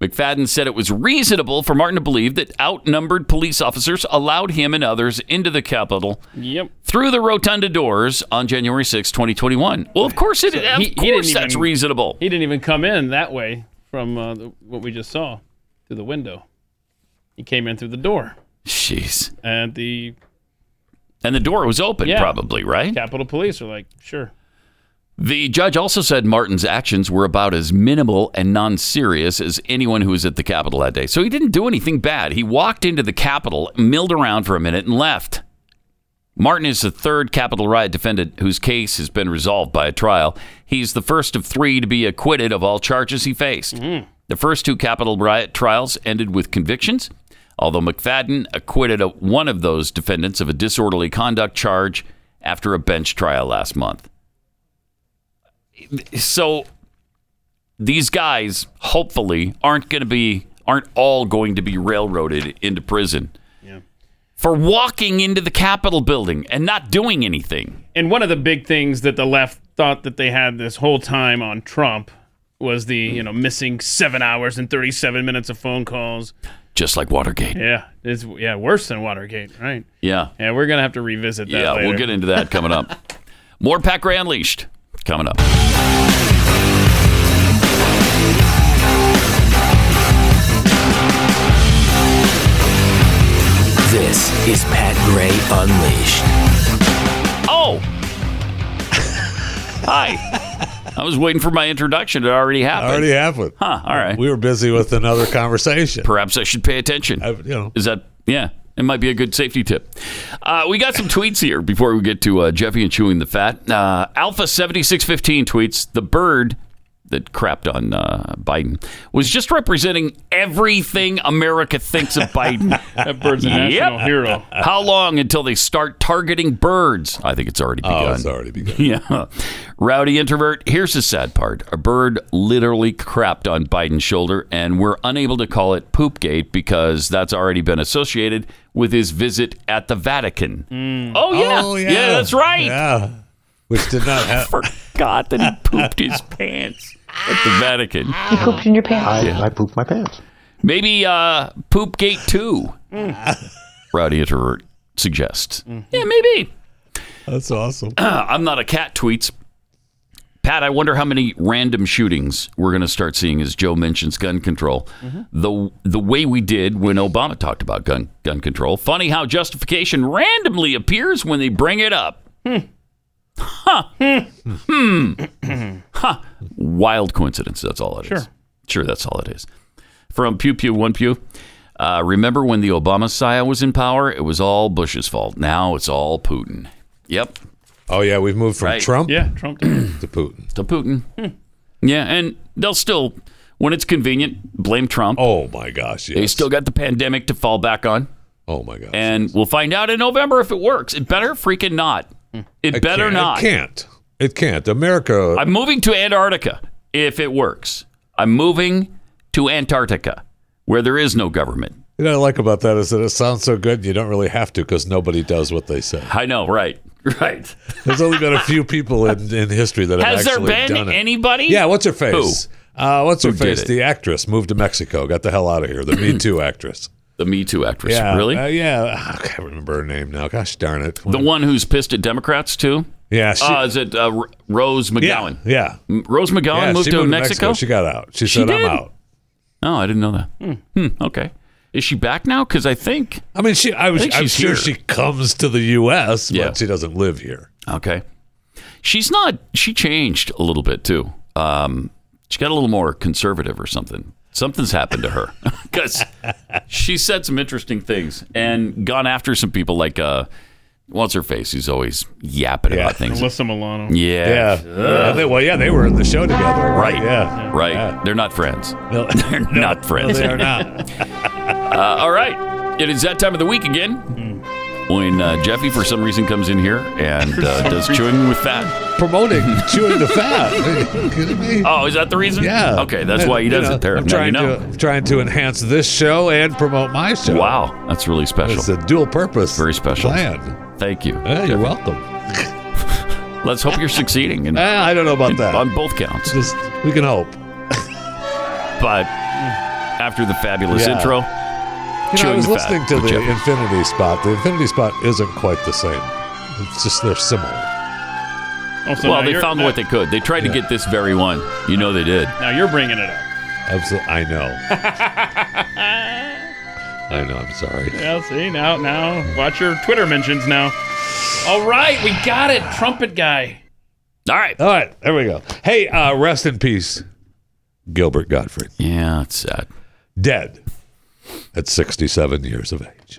S2: McFadden said it was reasonable for Martin to believe that outnumbered police officers allowed him and others into the Capitol
S3: yep.
S2: through the rotunda doors on January 6, 2021. Well, of course it is.
S3: he- he
S2: of
S3: didn't
S2: course that's
S3: even-
S2: reasonable.
S3: He didn't even come in that way from uh, the, what we just saw through the window. He came in through the door
S2: Jeez.
S3: and the
S2: And the door was open,
S3: Yeah.
S2: probably, right?
S3: Capitol Police are like, sure.
S2: The judge also said Martin's actions were about as minimal and non serious as anyone who was at the Capitol that day. So he didn't do anything bad. He walked into the Capitol, milled around for a minute, and left. Martin is the third Capitol riot defendant whose case has been resolved by a trial. He's the first of three to be acquitted of all charges he faced. The first two Capitol riot trials ended with convictions, although McFadden acquitted a, one of those defendants of a disorderly conduct charge after a bench trial last month. So these guys, hopefully, aren't going to be aren't all going to be railroaded into prison for walking into the Capitol building and not doing anything.
S3: And one of the big things that the left thought that they had this whole time on Trump was the, you know, missing seven hours and 37 minutes of phone calls.
S2: Just like Watergate.
S3: Yeah. It's, yeah, worse than Watergate, right?
S2: Yeah.
S3: Yeah, we're going to have to revisit that
S2: Yeah,
S3: later.
S2: we'll get into that coming up. More Pat Gray Unleashed coming up.
S8: This is Pat Gray Unleashed.
S2: Oh! Hi. I was waiting for my introduction. It already happened.
S4: Already happened.
S2: Huh, all right.
S4: We were busy with another conversation.
S2: Perhaps I should pay attention.
S4: I, you know,
S2: Is that, yeah. It might be a good safety tip. Uh, we got some tweets here before we get to uh, Jeffy and chewing the fat. Uh, Alpha seventy six fifteen tweets: The bird that crapped on uh, Biden was just representing everything America thinks of Biden.
S3: *laughs* That bird's a national
S2: Yep.
S3: hero.
S2: How long until they start targeting birds? I think it's already begun.
S4: Oh, it's already begun.
S2: *laughs* Yeah. Rowdy introvert. Here's the sad part. A bird literally crapped on Biden's shoulder, and we're unable to call it Poopgate because that's already been associated with his visit at the Vatican. Oh, yeah.
S4: Oh,
S2: yeah. that's right.
S4: Yeah. Which did not happen.
S2: *laughs* Forgot that he pooped
S4: *laughs*
S2: his pants at the Vatican.
S9: pooped in your pants.
S10: I, I pooped my pants.
S2: Maybe uh, Poopgate 2,
S4: Mm.
S2: Rowdy introvert suggests.
S4: Mm-hmm.
S2: Yeah, maybe.
S4: That's awesome.
S2: *clears throat* I'm not a cat tweets. Pat, I wonder how many random shootings we're going to start seeing as Joe mentions gun control. The the way we did when Obama talked about gun gun control. Funny how justification randomly appears when they bring it up. Hmm. *clears throat* Huh. Hmm. Hmm. huh. Wild coincidence. That's all it is.
S3: Sure.
S2: Sure, that's all it is. From Pew Pew One Pew. Uh, remember when the Obama Sia was in power? It was all Bush's fault. Now it's all Putin. Yep.
S4: Oh, yeah. We've moved from
S2: Right.
S4: Trump
S3: Yeah, Trump.
S2: *clears throat*
S4: to Putin.
S2: to Putin. Yeah, and they'll still, when it's convenient, blame Trump.
S4: Oh, my gosh. Yes.
S2: They still got the pandemic to fall back on,
S4: Oh, my gosh.
S2: and we'll find out in November if it works. It better freaking not. It
S4: It
S2: better
S4: Hmm. can't-
S2: not.
S4: It can't. It can't. America.
S2: I'm moving to Antarctica if it works. I'm moving to Antarctica where there is no government.
S4: you know what I like about that is that it sounds so good, you don't really have to because nobody does what they say.
S2: I know, right? *laughs* Right.
S4: There's only been a few people in, in history that have
S2: Has there
S4: actually
S2: been
S4: done it.
S2: anybody?
S4: Yeah, what's her face? Uh, what's her
S2: Who did
S4: face?
S2: it?
S4: The actress moved to Mexico, got the hell out of here.
S2: *clears throat*
S4: The Me Too actress.
S2: The Me Too actress.
S4: Yeah,
S2: Really?
S4: uh, yeah, I can't remember her name now. Gosh darn it.
S2: the one who's pissed at Democrats, too?
S4: Yeah, she,
S2: Uh, is it uh, R- Rose
S4: yeah,
S2: McGowan?
S4: yeah.
S2: M- Rose McGowan
S4: yeah,
S2: moved
S4: she
S2: to
S4: moved
S2: Mexico?
S4: She got out. She,
S2: She
S4: said,
S2: did?
S4: "I'm out."
S2: Oh, I didn't know that. Hmm. Okay. Is she back now? Because I think.
S4: I mean, she. I was.
S2: think
S4: I'm
S2: she's
S4: sure
S2: here.
S4: she comes to the U.S.,
S2: Yeah.
S4: but she doesn't live here.
S2: Okay. She's not. She changed a little bit too. Um, she got a little more conservative or something. Something's happened to her *laughs* because she said some interesting things and gone after some people like uh, what's her face? Who's always yapping
S4: *laughs* Yeah.
S2: about things.
S3: Alyssa Milano.
S2: Yeah.
S4: Yeah, they, well, yeah, they were in the show together,
S2: Right.
S4: Yeah,
S2: Right.
S4: Yeah.
S2: They're not friends.
S4: No,
S2: *laughs* They're not friends.
S4: they
S2: *laughs*
S4: are not.
S2: Uh, all right. It is that time of the week again
S4: Hmm.
S2: when uh, Jeffy, for some reason, comes in here
S4: *laughs*
S2: and uh, does chewing with fat.
S4: Promoting chewing the fat. *laughs* Are you kidding me?
S2: Oh, is that the reason?
S4: Yeah.
S2: Okay, that's why he
S4: You
S2: does
S4: know,
S2: it there.
S4: I'm
S2: now you
S4: trying
S2: know.
S4: to trying to enhance this show and promote my show.
S2: Wow, that's really special.
S4: It's a dual purpose.
S2: Very special.
S4: Plan.
S2: Thank you.
S4: Yeah,
S2: Jeffy.
S4: you're welcome.
S2: Let's hope you're succeeding in,
S4: Eh, *laughs* I don't know about
S2: in-
S4: that.
S2: on both counts.
S4: Just we can hope.
S2: But after the fabulous
S4: Yeah.
S2: intro,
S4: You know, I
S2: Chewing
S4: was
S2: the
S4: listening
S2: fat
S4: to
S2: with
S4: the
S2: Jeff.
S4: Infinity Spot. The Infinity Spot isn't quite the same. It's just they're similar.
S3: Also,
S2: well,
S3: Oh, now
S2: they
S3: you're-
S2: found
S3: now,
S2: what they could. They tried to get this very one. You know they did.
S3: Now you're bringing it up.
S4: Absolutely, I
S2: *laughs*
S4: know. I know. I'm sorry.
S3: Yeah, see now, now watch your Twitter mentions now. All right, we got it, trumpet guy.
S2: All right.
S4: All right, there we go. Hey, uh, rest in peace, Gilbert Gottfried.
S2: Yeah, it's sad.
S4: dead at 67 years of age.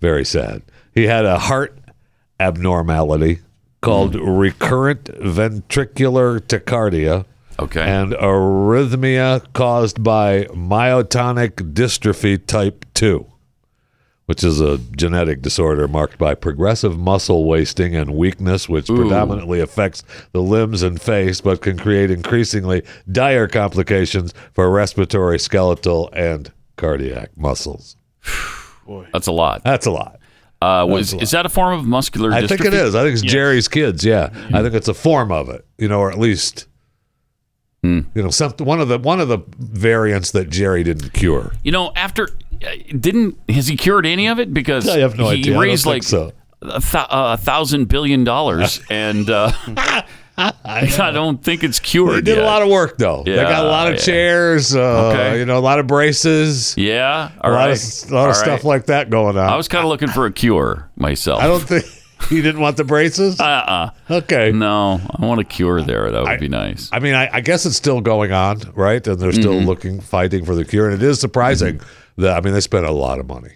S4: Very sad. He had a heart abnormality called recurrent ventricular tachycardia
S2: Okay.
S4: and arrhythmia caused by myotonic dystrophy type 2, which is a genetic disorder marked by progressive muscle wasting and weakness, which predominantly affects the limbs and face, but can create increasingly dire complications for respiratory, skeletal, and cardiac muscles.
S2: That's a lot.
S4: That's a lot.
S2: Uh, was is that a form of muscular dystrophy?
S4: I think it is. I think it's Jerry's kids. Yeah,
S2: Mm-hmm.
S4: I think it's a form of it. You know, or at least
S2: Hmm.
S4: you know something. One of the one of the variants that Jerry didn't cure.
S2: You know, after uh, didn't has he cured any of it? Because
S4: I have no
S2: he
S4: idea. I don't
S2: raised
S4: think
S2: like
S4: so.
S2: a, th- a thousand billion
S4: *laughs*
S2: dollars, and uh, *laughs* I, don't think it's cured.
S4: They did
S2: yet.
S4: a lot of work though. they got a
S2: Yeah,
S4: lot of
S2: yeah.
S4: chairs. Uh,
S2: Okay.
S4: You know, a lot of braces.
S2: yeah, all
S4: a lot
S2: right,
S4: of, a lot
S2: all
S4: of stuff
S2: right.
S4: like that going on.
S2: I was kind of looking for a cure myself.
S4: I don't think *laughs* you didn't want the braces. Uh.
S2: Uh-uh.
S4: Okay.
S2: No, I want a cure there. That would
S4: I-
S2: be nice.
S4: I mean, I, I guess it's still going on, right?
S2: Mm-hmm.
S4: And they're still looking, fighting for the cure. And it is surprising that I mean, they spent a lot of money.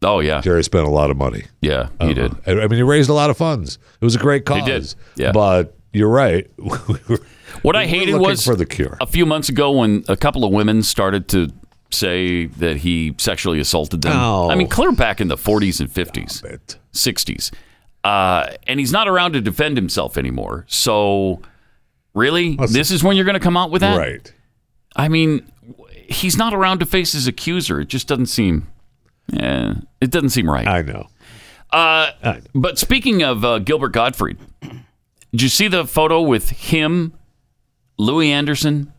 S2: Oh yeah,
S4: Jerry spent a lot of money.
S2: yeah,
S4: Uh-huh.
S2: he did.
S4: I I mean, he raised a lot of funds. It was a great cause.
S2: Uh-huh. did. Yeah.
S4: But you're right. *laughs* We were-
S2: What I
S4: we're
S2: hated
S4: looking
S2: was
S4: for the cure.
S2: a few months ago when a couple of women started to say that he sexually assaulted them.
S4: Oh.
S2: I mean, clear back in the 40s and 50s,
S4: It-
S2: 60s. Uh, and he's not around to defend himself anymore. So, really? this is when you're going to come out with that?
S4: Right.
S2: I mean, he's not around to face his accuser. It just doesn't seem. Yeah, it doesn't seem right.
S4: I know.
S2: Uh, But speaking of uh, Gilbert Gottfried, did you see the photo with him, Louis Anderson,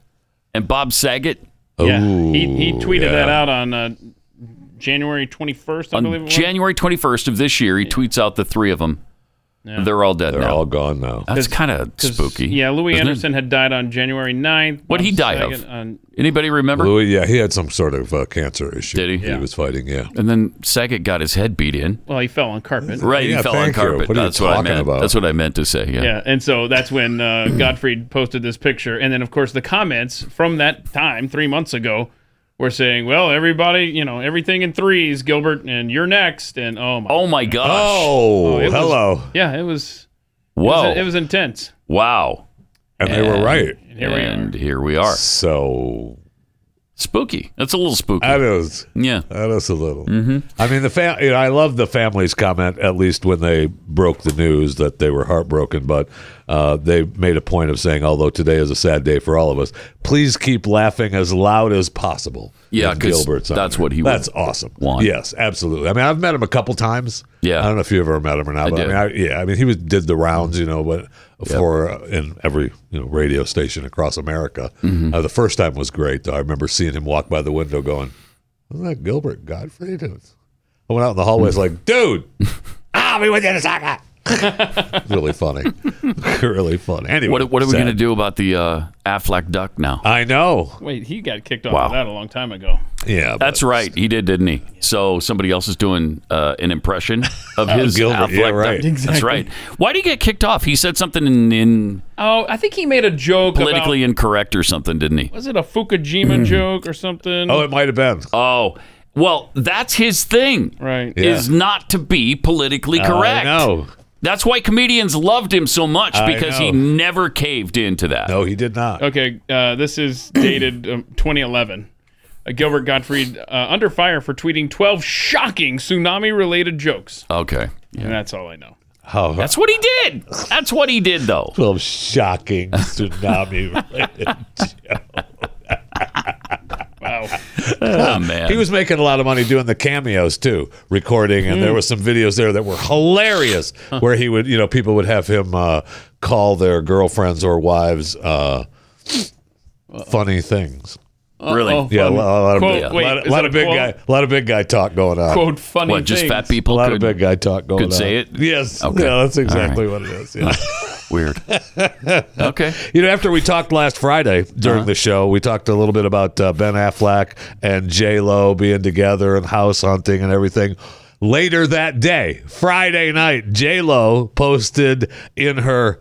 S2: and Bob Saget
S3: Yeah, he, he
S4: Ooh,
S3: tweeted that
S4: yeah.
S3: out on uh, January 21st, I believe.
S2: on
S3: it was.
S2: January 21st of this year? He tweets out the three of them. They're all dead
S4: They're
S2: now.
S4: all gone now.
S2: That's kind of
S3: 'Cause,
S2: spooky.
S3: Yeah, Louis
S2: isn't it?
S3: Anderson had died on January 9th.
S2: What'd
S3: Bob
S2: he die of?
S3: Saget on-
S2: Anybody remember?
S4: Louis, yeah, he had some sort of uh, cancer issue.
S2: Did he?
S4: He
S2: Yeah.
S4: was fighting. Yeah.
S2: And then Saget got his head beat in.
S3: well, he fell on carpet.
S2: Right,
S4: Yeah,
S2: he fell on
S4: thank you.
S2: carpet.
S4: What are you
S2: That's what I
S4: talking
S2: meant.
S4: about?
S2: That's what I meant to say. Yeah.
S3: Yeah, and so that's when uh, Gottfried posted this picture, and then of course the comments from that time three months ago were saying, "Well, everybody, you know, everything in threes, Gilbert, and you're next." And oh my,
S2: Oh my gosh!
S4: Oh,
S3: it was-
S4: hello.
S3: yeah, it was, it
S2: Whoa!
S3: was, it was intense.
S2: wow!
S4: and they were right.
S3: Here we are.
S2: and here we are.
S4: So
S2: Spooky. That's a little spooky.
S4: that is
S2: yeah.
S4: that is a little.
S2: Mm-hmm.
S4: I mean, the fam. You know, I love the family's comment. At least when they broke the news that they were heartbroken, but uh, they made a point of saying, although today is a sad day for all of us, please keep laughing as loud as possible.
S2: Yeah,
S4: At
S2: 'cause
S4: Gilbert's. honor.
S2: that's what he would
S4: That's awesome.
S2: want.
S4: Yes, absolutely. I mean, I've met him a couple times.
S2: Yeah.
S4: I don't know if you ever met him or not. but I
S2: did.
S4: mean, I, yeah, I mean, he was did the rounds, you know, but for uh, in every you know radio station across America.
S2: Mm-hmm.
S4: Uh, the first time was great. Though. I remember seeing him walk by the window, going, "Wasn't that Gilbert Gottfried?" It was- I went out in the
S2: Mm.
S4: hallways like,
S2: *laughs*
S4: "Dude, "Ah, I'll be with you in a second." *laughs* really funny, really funny. Anyway,
S2: What, what are we
S4: sad.
S2: going to do about the uh, Affleck duck now?
S4: I know.
S3: Wait, he got kicked off
S2: Wow.
S3: of that a long time ago.
S4: Yeah,
S2: That's
S4: but-
S2: right. He did, didn't he? So somebody else is doing uh, an impression
S4: *laughs*
S2: of his
S4: Gilbert.
S2: Affleck
S4: Yeah,
S2: duck.
S4: right.
S2: That's right. Why did he get kicked off? He said something in, in
S3: Oh, I think he made a joke
S2: politically
S3: about-
S2: incorrect or something, didn't he?
S3: was it
S2: *clears throat*
S3: a Fukushima joke or something?
S4: Oh, it might have been.
S2: Oh, well, that's his thing.
S3: right.
S4: Yeah.
S2: Is not to be politically correct.
S4: No,
S2: That's why comedians loved him so much
S4: I
S2: because he
S4: know.
S2: never caved into that.
S4: no, he did not.
S3: Okay, uh, this is dated um, 2011. Uh, Gilbert Gottfried uh, under fire for tweeting 12 shocking tsunami-related jokes.
S2: Okay.
S3: And that's all I know.
S4: How
S2: That's what he did. That's what he did, though. *laughs*
S4: Well, shocking tsunami.
S3: Wow.
S2: Oh, man.
S4: he was making a lot of money doing the cameos too, recording, and there
S2: Hmm.
S4: were some videos there that were hilarious, where he would, you know, people would have him uh, call their girlfriends or wives uh, funny things.
S2: really.
S4: Yeah, a lot, a lot of,
S3: Quote,
S4: yeah, a
S3: wait,
S4: lot,
S3: is
S4: a lot
S3: that
S4: of
S3: a
S4: big
S3: quote?
S4: guy, a lot of big guy talk going on.
S3: Quote funny
S2: What, just
S3: things.
S2: fat
S4: A
S2: people
S4: lot
S2: could
S4: of big guy talk going on.
S2: could say it?
S4: Yes.
S2: Okay.
S4: Yeah, that's
S2: All right.
S4: exactly what it is. Yeah. *laughs*
S2: Weird. okay.
S4: You know, after we talked last Friday during
S2: Uh-huh.
S4: the show, we talked a little bit about uh, Ben Affleck and J Lo being together and house hunting and everything. Later that day, Friday night, J Lo posted in her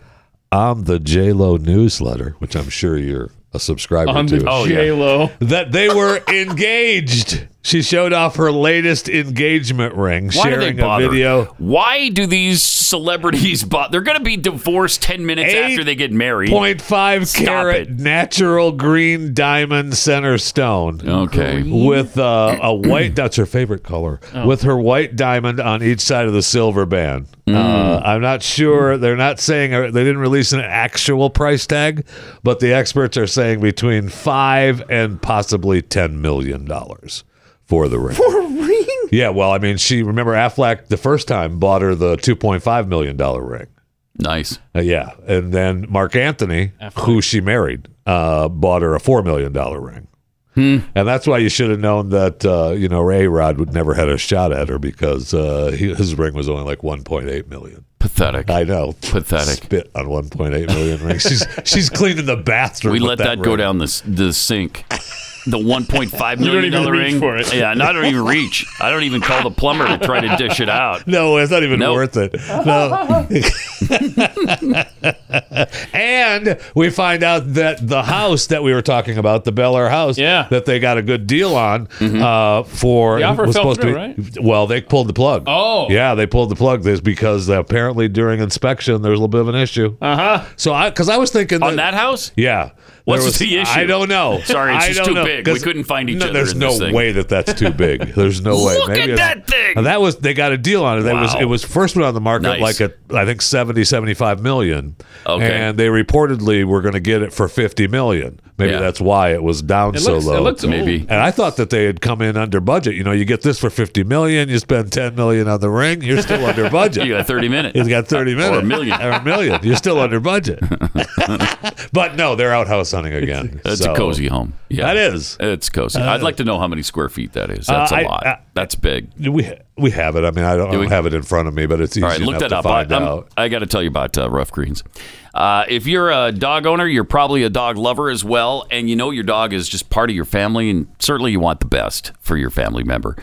S4: on the J Lo newsletter, which I'm sure you're a subscriber
S3: On
S4: to
S3: the
S2: oh,
S3: J-Lo.
S4: that they were *laughs* engaged. She showed off her latest engagement
S2: Why
S4: ring,
S2: do they
S4: sharing a
S2: bother?
S4: video.
S2: Why do these celebrities *laughs* bother? They're going to be divorced 10 minutes
S4: Eight
S2: after they get married.
S4: 0.5
S2: Stop
S4: carat
S2: it.
S4: natural green diamond center stone.
S2: Okay. Oh.
S4: With uh, a white, *clears throat* that's her favorite color, with her white diamond on each side of the silver band.
S2: Mm.
S4: Uh, I'm not sure. They're not saying, uh, they didn't release an actual price tag, but the experts are saying between five and possibly $10 million for the ring. For a ring? Yeah, well, I mean, she, remember Affleck the first time bought her the $2.5 million ring.
S2: Nice.
S4: Uh, yeah, and then Mark Anthony, who she married, uh, bought her a four million dollar ring,
S2: Hmm.
S4: and that's why you should have known that uh, you know Ray Rod would never had a shot at her because uh, he, his ring was only like one point eight million.
S2: Pathetic.
S4: I know,
S2: Pathetic.
S4: Spit on one point eight million rings. She's *laughs* she's cleaning the bathroom.
S2: we
S4: with
S2: let that, go
S4: ring.
S2: down the, s- the sink. The $1.5 million
S3: even
S2: dollar
S3: reach
S2: ring.
S3: for it.
S2: Yeah, and I don't even reach.
S4: *laughs*
S2: I don't even call the plumber to try to dish it out.
S4: No, *laughs* it's not even
S2: Nope.
S4: worth it. No, And we find out that the house that we were talking about, the Bel Air house,
S3: Yeah. Mm-hmm.
S4: that they got a good deal on uh, for
S3: The offer
S4: was
S3: fell
S4: supposed to
S3: through,
S4: be, Well, they pulled the plug.
S3: Oh.
S4: yeah, they pulled the plug. This because apparently during inspection there was a little bit of an issue. Uh
S3: Uh-huh.
S4: huh. So I because I was thinking
S2: on that house.
S4: Yeah.
S2: What's
S4: There was-
S2: the issue?
S4: I don't know.
S2: *laughs* Sorry, it's
S4: I
S2: just
S4: don't
S2: too
S4: know,
S2: big. We
S4: 'cause-
S2: couldn't find each
S4: no,
S2: other
S4: There's
S2: in
S4: no
S2: this thing.
S4: way that that's too big.
S2: *laughs*
S4: There's no way.
S2: Look at
S4: it's-
S2: that thing!
S4: Now, that was they got a deal on it. It was
S2: Wow.
S4: it was first put on the market
S2: Nice.
S4: like at I think 70, 75 million.
S2: Okay.
S4: And they reportedly were going to get it for fifty million. Maybe
S2: Yeah.
S4: that's why it was down
S3: It
S4: so
S3: looks- it
S4: low.
S3: looks
S2: Maybe.
S4: *laughs*
S3: old.
S4: and I thought that they had come in under budget. You know, you get this for fifty million, you spend ten million on the ring, you're still
S2: *laughs*
S4: under budget.
S2: You got thirty minutes.
S4: He's got 30 minutes.
S2: Or a million.
S4: Or a million. You're still
S2: *laughs*
S4: under budget. but no, they're out house hunting again.
S2: That's
S4: So-
S2: a cozy home. Yeah,
S4: That is.
S2: It's cozy. I'd like to know how many square feet that is. That's
S4: Uh,
S2: a
S4: I-
S2: lot.
S4: I-
S2: That's big.
S4: We, we have it. I mean, I don't, I
S2: Do we?
S4: don't have it in front of me, but it's easy
S2: All right, look
S4: enough
S2: that
S4: to
S2: up. I,
S4: find
S2: I'm- *laughs*
S4: out.
S2: I got to tell you about uh, Rough Greens. Uh, if you're a dog owner, you're probably a dog lover as well, and you know your dog is just part of your family, and certainly you want the best for your family member.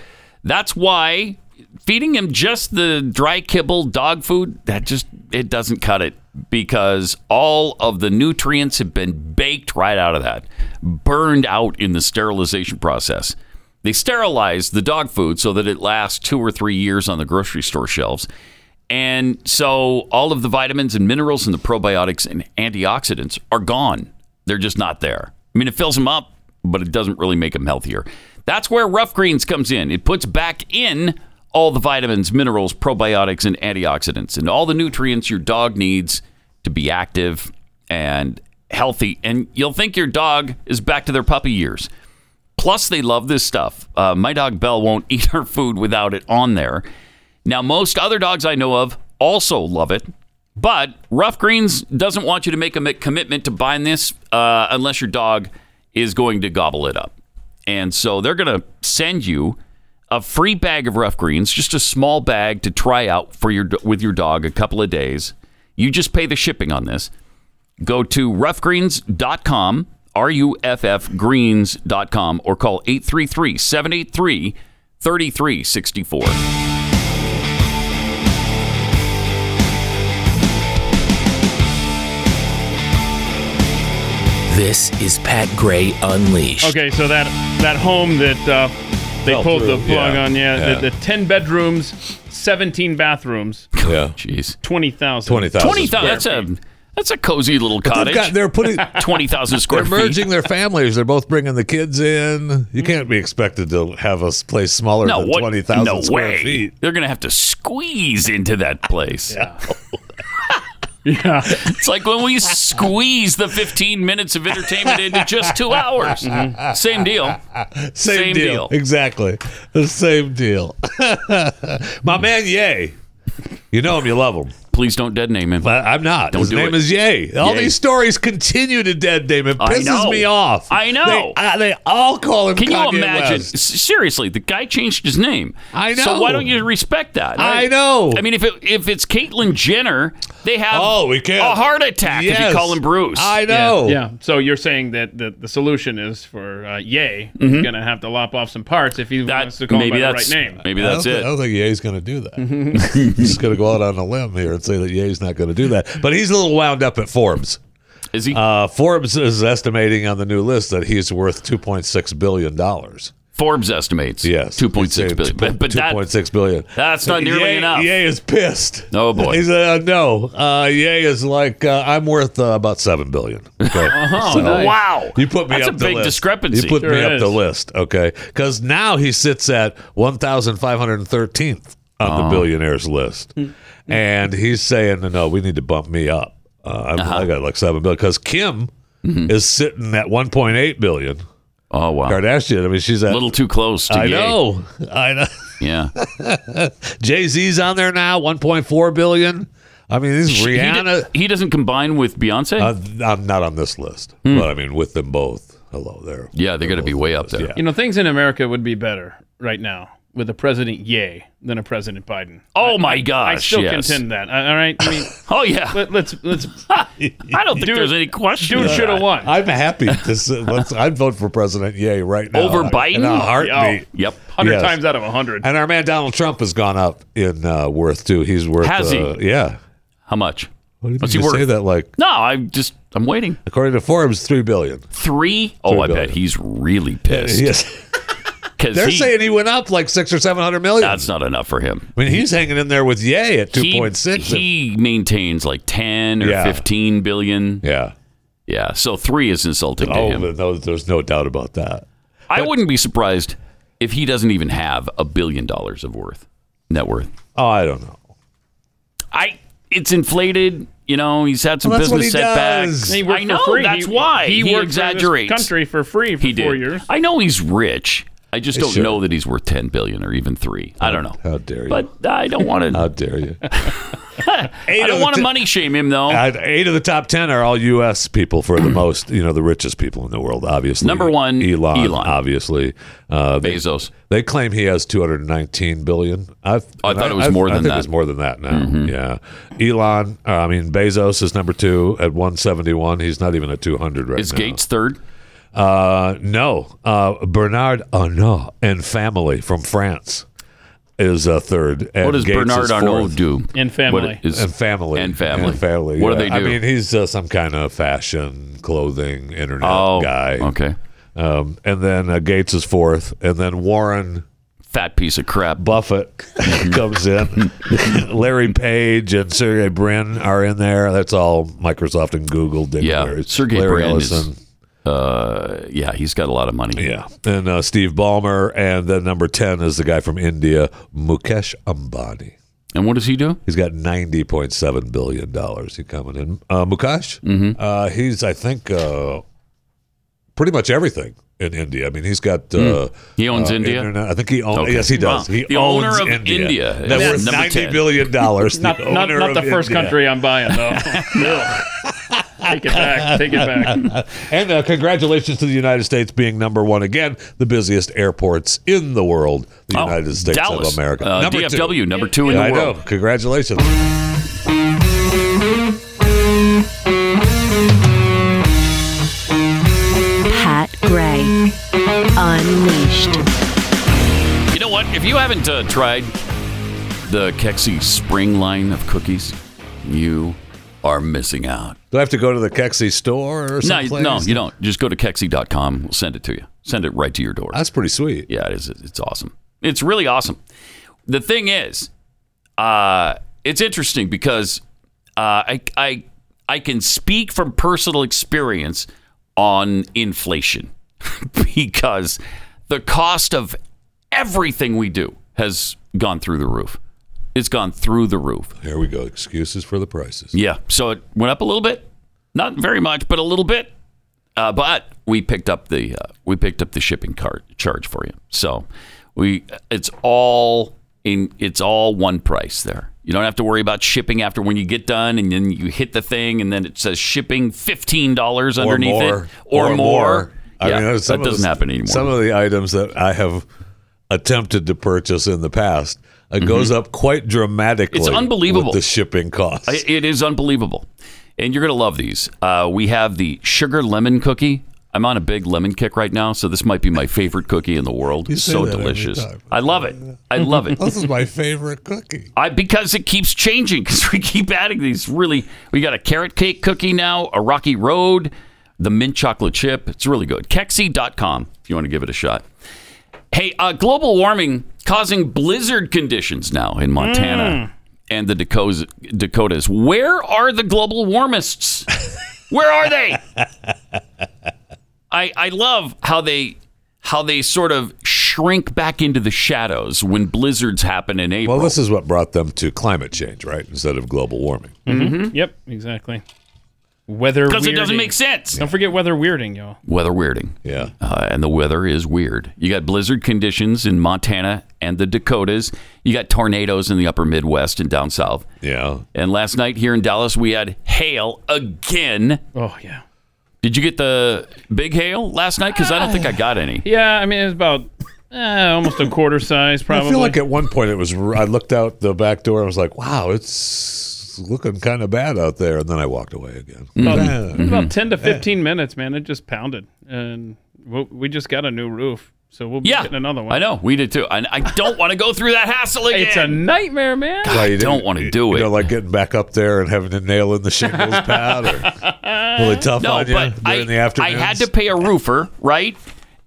S2: That's why feeding him just the dry kibble dog food that just it doesn't cut it because all of the nutrients have been baked right out of that, burned out in the sterilization process. They sterilize the dog food so that it lasts two or three years on the grocery store shelves. And so all of the vitamins and minerals and the probiotics and antioxidants are gone. They're just not there. I mean, it fills them up, but it doesn't really make them healthier. That's where Rough Greens comes in. It puts back in all the vitamins, minerals, probiotics, and antioxidants, and all the nutrients your dog needs to be active and healthy. And you'll think your dog is back to their puppy years. Plus, they love this stuff. Uh, my dog Belle won't *laughs* eat her food without it on there. Now, most other dogs I know of also love it, but Rough Greens doesn't want you to make a mi- commitment to buying this uh, unless your dog is going to gobble it up. And so they're going to send you a free bag of Rough Greens, just a small bag to try out for your with your dog a couple of days. You just pay the shipping on this go to roughgreens.com, R U F F greens.com, or call 833 783 3364.
S8: This is Pat Gray Unleashed.
S3: Okay, so that that home that uh, they
S4: Fell
S3: pulled the
S4: through,
S3: plug
S4: yeah,
S3: on, yeah,
S4: yeah.
S3: The, the ten bedrooms, seventeen bathrooms,
S4: Yeah.
S2: Jeez.
S3: twenty thousand.
S4: 20,000.
S2: 20,000. That's a, that's a cozy little
S4: They've
S2: cottage.
S4: got- *laughs* they're putting.
S2: 20,000 *laughs* square
S4: They're
S2: feet.
S4: merging their families. They're both bringing the kids in. You can't be expected to have a s- place smaller
S2: No,
S4: than
S2: what?
S4: twenty thousand
S2: no
S4: square
S2: way.
S4: feet.
S2: They're going to have to squeeze into that place.
S3: Yeah.
S2: It's like when we squeeze the 15 minutes of entertainment into just two hours.
S4: Mm-hmm.
S2: Same deal.
S4: Same,
S2: Same deal.
S4: deal. Exactly. The same deal. *laughs* My man, Yay. You know him, you love him.
S2: Please don't dead name him.
S4: But I'm not. His
S2: do
S4: name
S2: it.
S4: is Yay. All
S2: Ye.
S4: these stories continue to dead name. It
S2: I
S4: pisses
S2: know.
S4: me off.
S2: I know.
S4: They, I- they all call him.
S2: Can
S4: Kanye
S2: you imagine?
S4: West.
S2: S- Seriously, the guy changed his name.
S4: I know.
S2: So why don't you respect that?
S4: I know.
S2: I mean, if it, if it's Caitlyn Jenner, they have
S4: Oh, we can't.
S2: a heart attack if
S4: Yes.
S2: you call him Bruce.
S4: I know.
S3: Yeah. So you're saying that the, the solution is for uh, Yay going to have to lop off some parts if he
S2: That
S3: wants to call him by
S2: maybe
S3: the
S2: that's
S3: right name.
S2: maybe
S4: I don't
S2: that's
S4: thi-
S2: it.
S4: I don't think Ye's going to do that.
S3: Mm-hmm.
S4: *laughs* Just going to go out on a limb here and say that Ye's not going to do that. But he's a little wound up at Forbes.
S2: Is he
S4: Uh, Forbes is estimating on the new list that he's worth two point six billion dollars.
S2: Forbes estimates?
S4: Yes,
S2: two point six billion. But, but
S4: two
S2: that-
S4: point six billion.
S2: that's not nearly
S4: Ye,
S2: enough.
S4: Ye is pissed.
S2: Oh, boy.
S4: He's uh, no. Uh, Ye is like uh, I'm worth uh, about seven billion. Okay.
S2: *laughs* Oh,
S4: So-
S2: nice. wow!
S4: You put me
S2: That's
S4: up
S2: a
S4: the
S2: big
S4: list.
S2: discrepancy.
S4: You put me
S3: Sure
S4: up
S3: is.
S4: the list, okay? Because now he sits at 1,513th on
S2: Oh.
S4: the billionaires list, and he's saying, "No, no, we need to bump me up. Uh, I'm,
S2: Uh-huh.
S4: I got like seven billion because Kim
S2: Mm-hmm.
S4: is sitting at 1.8 billion.
S2: oh wow!
S4: Kardashian, I mean, she's
S2: A
S4: at.
S2: little too close to
S4: I
S2: Ye.
S4: know, I know. *laughs*
S2: Yeah,
S4: Jay Z's on there now, 1.4 billion. I mean, these
S2: He di-
S4: Rihanna.
S2: He, doesn't combine with Beyonce.
S4: Uh, I'm not on this list, but I mean, with them both. Hello there.
S2: Hmm. yeah, they're gonna be way up there.
S4: Yeah.
S3: You know, things in America would be better right now with a president Yay than a president Biden.
S2: Oh my
S3: I
S2: gosh!
S3: still
S2: yes.
S3: contend that. All right.
S2: *laughs*
S3: I mean,
S2: Oh yeah.
S3: let, let's
S2: *laughs*
S3: let's.
S2: I don't think
S3: Dude-
S2: there's any question.
S3: Dude
S2: to
S3: should
S2: that.
S3: have won.
S4: I'm happy. To, s- let's, I'd vote for President Yay right now.
S2: Over Biden?
S4: In a heartbeat.
S2: Yep.
S3: Hundred
S4: Yes.
S3: times out of hundred.
S4: And our man Donald Trump has gone up in uh, worth too. He's worth.
S2: Has he?
S4: uh, Yeah.
S2: How much?
S4: What do you
S2: What's
S4: mean
S2: he
S4: to say
S2: worth?
S4: that like
S2: No, I'm just I'm waiting.
S4: according to Forbes, three billion.
S2: Three? Oh, I
S4: billion.
S2: bet he's really pissed
S4: *laughs* Yes.
S2: because
S4: They're
S2: he,
S4: saying he went up like six or seven hundred million.
S2: that's not enough for him.
S4: I mean, he's hanging in there with Yay at two
S2: He-
S4: point six.
S2: He maintains like ten or
S4: Yeah.
S2: fifteen billion.
S4: yeah.
S2: Yeah, so three is insulting to
S4: Oh,
S2: him.
S4: but no, there's no doubt about that.
S2: I wouldn't be surprised if he doesn't even have a billion dollars of worth net worth.
S4: Oh, I don't know.
S2: I it's inflated. You know, he's had some
S4: Well, that's what
S2: business
S4: he
S2: setbacks.
S4: does.
S3: He worked
S2: I know
S3: for free.
S2: that's
S3: He-
S2: why
S3: he, worked
S2: exaggerates.
S3: for this country for free for
S2: he did.
S3: four years.
S2: I know he's rich. I just don't
S4: Sure.
S2: know that he's worth ten billion or even three. I don't know.
S4: How dare you?
S2: But I don't want to.
S4: *laughs* How
S2: *laughs*
S4: dare you?
S2: I don't want to money shame him though.
S4: Uh, eight of the top ten are all U.S. people for the most, you know, the richest people in the world. Obviously,
S2: Number one,
S4: Elon.
S2: Elon.
S4: Obviously, uh, they,
S2: Bezos.
S4: they claim he has 219 billion. I've,
S2: Oh, I thought
S4: and
S2: it was more
S4: I
S2: than
S4: think
S2: that. Mm-hmm.
S4: It was more than that now. Yeah, Elon. Uh, I mean, Bezos is number two at 171. He's not even at 200 right
S2: Is
S4: now.
S2: Gates third?
S4: Uh, no, uh, Bernard Arnault and family from France is uh, third. And
S2: What does
S4: Gates
S2: Bernard
S4: is
S2: Arnault
S4: fourth.
S2: do?
S3: And family.
S2: What is-
S4: and family
S2: And family.
S4: and family.
S2: What
S4: yeah.
S2: do they do?
S4: I mean, he's uh, some kind of fashion, clothing, internet
S2: oh,
S4: guy.
S2: Okay.
S4: Um, and then uh, Gates is fourth, and then Warren
S2: Fat piece of crap.
S4: Buffett *laughs* comes in. *laughs* Larry Page and Sergey Brin are in there. That's all Microsoft and Google.
S2: Yeah,
S4: dignitaries.
S2: Sergey
S4: Larry
S2: Brin is-
S4: Ellison.
S2: Uh, yeah, he's got a lot of money.
S4: Yeah, and uh, Steve Ballmer, and then number ten is the guy from India, Mukesh Ambani.
S2: And what does he do?
S4: He's got ninety point seven billion dollars. He coming in, uh, Mukesh. Mm-hmm. Uh, he's, I think, uh, pretty much everything in India. I mean, he's got. Uh,
S2: Mm. He owns
S4: uh,
S2: India?
S4: internet- I think he owns.
S2: Okay.
S4: Yes, he does.
S2: Wow.
S4: He
S2: The
S4: owns
S2: owner of
S4: India.
S2: India
S4: That
S2: is
S4: worth
S2: number
S4: ninety
S2: 10.
S4: billion
S3: *laughs*
S4: dollars.
S3: Not,
S4: the
S3: not,
S4: owner
S3: not
S4: of
S3: the first
S4: India.
S3: country I'm
S2: *laughs*
S3: buying, though. no. Take it back. Take it
S2: *laughs*
S3: back.
S4: *laughs* And uh, congratulations to the United States being number one again, the busiest airports in the world, the
S2: Oh,
S4: United States
S2: Dallas,
S4: of America.
S2: Uh,
S4: Number two.
S2: DFW, number two in
S4: Yeah,
S2: the
S4: I
S2: world.
S4: know. Congratulations.
S1: Pat Gray. Unleashed.
S2: You know what? If you haven't uh, tried the Kexi Spring line of cookies, you are missing out.
S4: Do I have to go to the Kexi store or
S2: No,
S4: something?
S2: you- no, you don't. Just go to kexi.com. We'll send it to you. Send it right to your door.
S4: That's pretty sweet.
S2: yeah, it is. It's awesome. It's really awesome. The thing is, uh, it's interesting because uh, I, I, I can speak from personal experience on inflation *laughs* because the cost of everything we do has gone through the roof. It's gone through the roof.
S4: Here we go. Excuses for the prices.
S2: Yeah. So it went up a little bit, not very much, but a little bit. Uh, but we picked up the uh, we picked up the shipping cart charge for you. So we it's all in it's all one price there. You don't have to worry about shipping after when you get done, and then you hit the thing, and then it says shipping fifteen dollars
S4: Or
S2: underneath
S4: more.
S2: it, or, more.
S4: I
S2: yeah,
S4: mean, some
S2: that
S4: of the-
S2: doesn't happen anymore.
S4: Some of the items that I have attempted to purchase in the past it goes up quite dramatically.
S2: Mm-hmm. It's unbelievable.
S4: with the shipping costs.
S2: I- It is unbelievable. And you're going to love these. Uh, we have the sugar lemon cookie. I'm on a big lemon kick right now, so this might be my favorite cookie in the world. It's
S4: say
S2: so
S4: that every
S2: delicious.
S4: time.
S2: I love it. I love
S4: *laughs*
S2: it.
S4: this is my favorite cookie.
S2: I because it keeps changing because *laughs* we keep adding these really we got a carrot cake cookie now, a rocky road, the mint chocolate chip. It's really good. Kexi.com if you want to give it a shot. Hey, uh, global warming causing blizzard conditions now in Montana and the Dakotas, Dakotas. Where are the global warmists? *laughs* Where are they? I I love how they how they sort of shrink back into the shadows when blizzards happen in April.
S4: Well, this is what brought them to climate change, right? Instead of global warming.
S2: Mm-hmm.
S3: Yep, exactly. Weather
S2: because it doesn't
S3: weirding.
S2: make sense.
S3: Don't forget weather weirding, y'all.
S2: Weather weirding.
S4: Yeah.
S2: Uh, and the weather is weird. You got blizzard conditions in Montana and the Dakotas. You got tornadoes in the upper Midwest and down south.
S4: Yeah.
S2: And last night here in Dallas, we had hail again.
S3: Oh, yeah.
S2: Did you get the big hail last night? Because I don't think I got any.
S3: Yeah, I mean, it's about eh, almost a quarter size, probably.
S4: I feel like at one point it was. I looked out the back door and was like, "Wow, it's looking kind of bad out there." And then I walked away again.
S2: Mm-hmm.
S4: Eh.
S3: About 10 to 15 minutes, man. It just pounded. And we- we just got a new roof. So we'll be
S2: Yeah,
S3: getting another one.
S2: I know we did too, and I don't want to go through that hassle again.
S3: It's a nightmare, man.
S4: Why, you
S2: I
S4: didn't-
S2: don't want to do
S4: You
S2: it.
S4: know, like getting back up there and having to nail in the shingles pad, or
S2: *laughs*
S4: really tough
S2: no,
S4: on you
S2: but
S4: during
S2: I,
S4: the afternoon.
S2: I had to pay a roofer, right?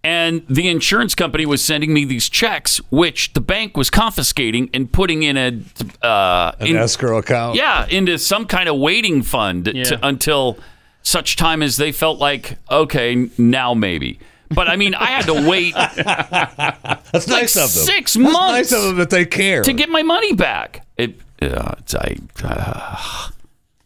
S2: And the insurance company was sending me these checks, which the bank was confiscating and putting in a uh,
S4: an
S2: in-
S4: escrow account.
S2: yeah into some kind of waiting fund
S3: Yeah.
S2: to, until such time as they felt like okay now maybe. But I mean, I had to wait
S4: that's
S2: like
S4: nice of them.
S2: six
S4: That's
S2: months.
S4: nice of them that they care.
S2: to get my money back. It, uh, it's, I,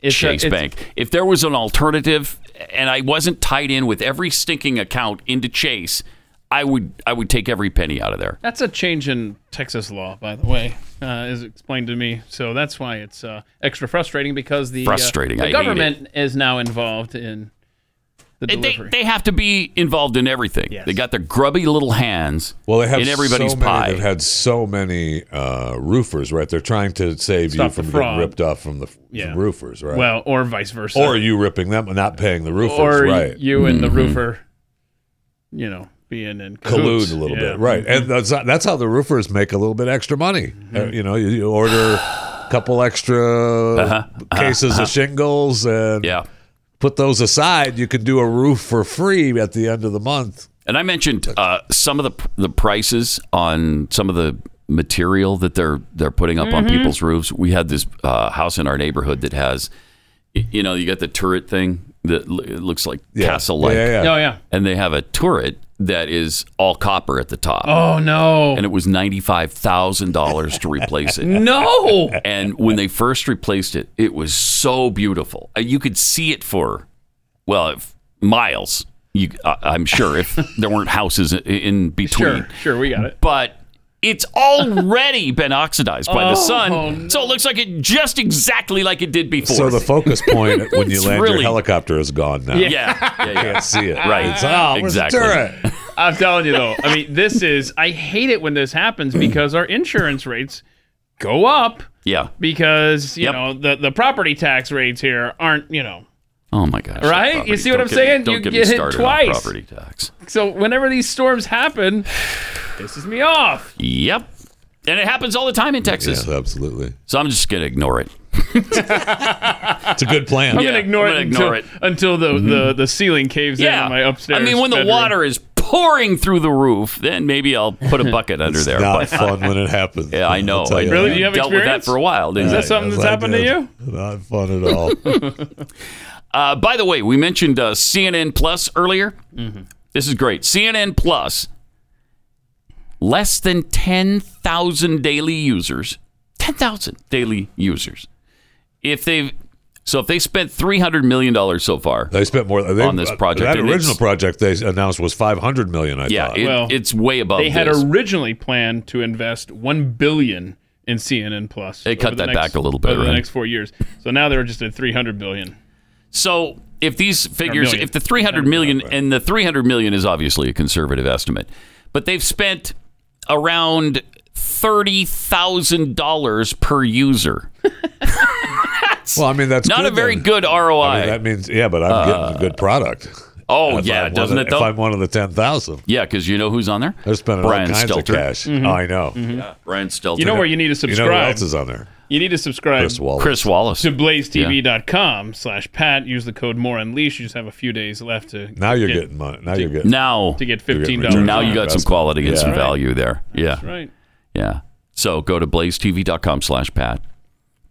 S3: It's a-
S2: Chase
S3: it's-
S2: Bank. If there was an alternative and I wasn't tied in with every stinking account into Chase, I would I would take every penny out of there.
S3: That's a change in Texas law, by the way, uh, is explained to me. So that's why it's uh, extra frustrating because the uh,
S2: Frustrating. I
S3: the
S2: hate
S3: government is now involved in the
S2: They,
S3: delivery.
S2: they have to be involved in everything. They got their grubby little hands
S4: Well, they have
S2: in everybody's
S4: so many,
S2: pie.
S4: They've had so many uh, roofers, right? They're trying to save
S3: Stop
S4: you
S3: the
S4: from
S3: fraud.
S4: getting ripped off from the from
S3: Yeah.
S4: roofers, right?
S3: well, or vice versa,
S4: or you ripping them and not paying the roofers,
S3: Or
S4: right?
S3: you and
S2: Mm-hmm.
S3: the roofer, you know, being in cahoots.
S4: collude a little
S3: Yeah.
S4: bit, right? And that's that's how the roofers make a little bit extra money. Uh,
S3: Mm-hmm.
S4: you know, you, you order a couple extra cases of shingles and
S2: Uh-huh. yeah.
S4: put those aside. You can do a roof for free at the end of the month.
S2: And I mentioned uh, some of the the prices on some of the material that they're they're putting up on people's roofs. We had this uh, house in our neighborhood that has, y- you know, you got the turret thing that l- it looks like castle like,
S4: Yeah, yeah, yeah.
S3: Oh yeah.
S2: and they have a turret that is all copper at the top,
S3: Oh no.
S2: and it was ninety five thousand dollars to replace it. *laughs*
S3: *laughs* no.
S2: And when they first replaced it, it was so beautiful. Uh, You could see it for, well, if miles. You, I I'm sure
S3: *laughs*
S2: if there weren't houses i- in between.
S3: Sure. Sure. We got it.
S2: But it's already been oxidized by the sun,
S3: Oh, no.
S2: so it looks like it just exactly like it did before.
S4: So the focus point when you
S2: It's
S4: land
S2: really-
S4: your helicopter is gone now.
S3: Yeah.
S2: *laughs* yeah, yeah,
S4: *laughs*
S2: yeah.
S4: Can't see it.
S2: Right.
S4: It's, oh, where's the
S2: Exactly.
S4: turret?
S3: I'm telling you though. I mean, this is. I hate it when this happens
S2: Mm.
S3: because our insurance rates go up
S2: yeah.
S3: because you
S2: Yep.
S3: know the the property tax rates here aren't you know.
S2: Oh my gosh!
S3: Right?
S2: Property-
S3: You see what
S2: don't
S3: I'm
S2: get
S3: saying?
S2: Me, don't
S3: You
S2: get,
S3: get
S2: me
S3: hit
S2: started
S3: twice.
S2: On property tax.
S3: So whenever these storms happen, pisses me off.
S2: Yep. And it happens all the time in Texas.
S4: Yes, absolutely.
S2: So I'm just gonna ignore it.
S4: It's a good plan.
S3: I'm gonna
S2: Yeah,
S3: ignore
S2: I'm
S3: it
S2: gonna ignore Mm-hmm.
S3: until, until the, the the ceiling caves in in my upstairs.
S2: I mean, when the
S3: bedroom.
S2: water is pouring through the roof, then maybe I'll put a bucket under there.
S4: Not
S2: But
S4: fun when it happens.
S2: yeah, I
S4: I'll
S2: know.
S4: tell
S2: I
S4: you
S3: Really?
S4: that.
S3: Do you have
S2: dealt with that
S3: experience?
S2: for a while. Didn't
S3: Is that
S2: I?
S3: something
S4: Yes,
S3: that's
S4: I
S3: happened to
S4: did.
S3: you?
S4: Not fun at all.
S2: *laughs* Uh, by the way, we mentioned uh, CNN Plus earlier.
S3: Mm-hmm.
S2: This is great. CNN Plus, less than 10,000 daily users. 10,000 daily users. If they've so if they spent three hundred million dollars so far,
S4: They spent more they, uh,
S2: On this project,
S4: That
S2: and
S4: original
S2: it's-
S4: project they announced was five hundred million. I
S2: yeah,
S4: thought.
S2: it,
S3: Well,
S2: it's way above.
S3: They had
S2: this.
S3: originally planned to invest one billion in CNN Plus.
S2: They cut
S3: over the
S2: that
S3: next-
S2: back a little bit,
S3: over the
S2: right?
S3: next four years. So now they're just at three hundred billion.
S2: So if these figures,
S3: million.
S2: if the 300 million, and the 300 million is obviously a conservative estimate, but they've spent around $30,000 per user.
S4: Well, I mean that's
S2: Not
S4: good
S2: a very
S4: then.
S2: good ROI.
S4: I mean, that means yeah, but I'm getting a good product.
S2: oh,
S4: If I'm
S2: yeah,
S4: one
S2: doesn't
S4: of,
S2: it, though?
S4: If I'm one of the ten thousand,
S2: yeah, because you know who's on there?
S4: they're spending
S2: Brian
S4: all kinds
S2: Stelter. Mm-hmm.
S4: of cash. I know.
S2: Brian Stelter.
S3: You know where you need to
S4: You know who
S3: subscribe.
S4: else is on there?
S3: you need to subscribe
S4: Chris Wallace.
S2: Chris Wallace.
S3: to blazetv.com slash pat. Use the code more unleashed. You just have a few days left to
S4: Now you're
S3: get-
S4: getting money. Now you're getting.
S2: Now,
S3: to get
S4: You're getting
S3: fifteen dollars.
S2: now you got some
S4: Investment.
S2: quality and
S4: Yeah.
S2: some
S4: Right.
S2: value there. Yeah. *laughs*
S3: right.
S2: Yeah. So go to blazetv.com slash Pat,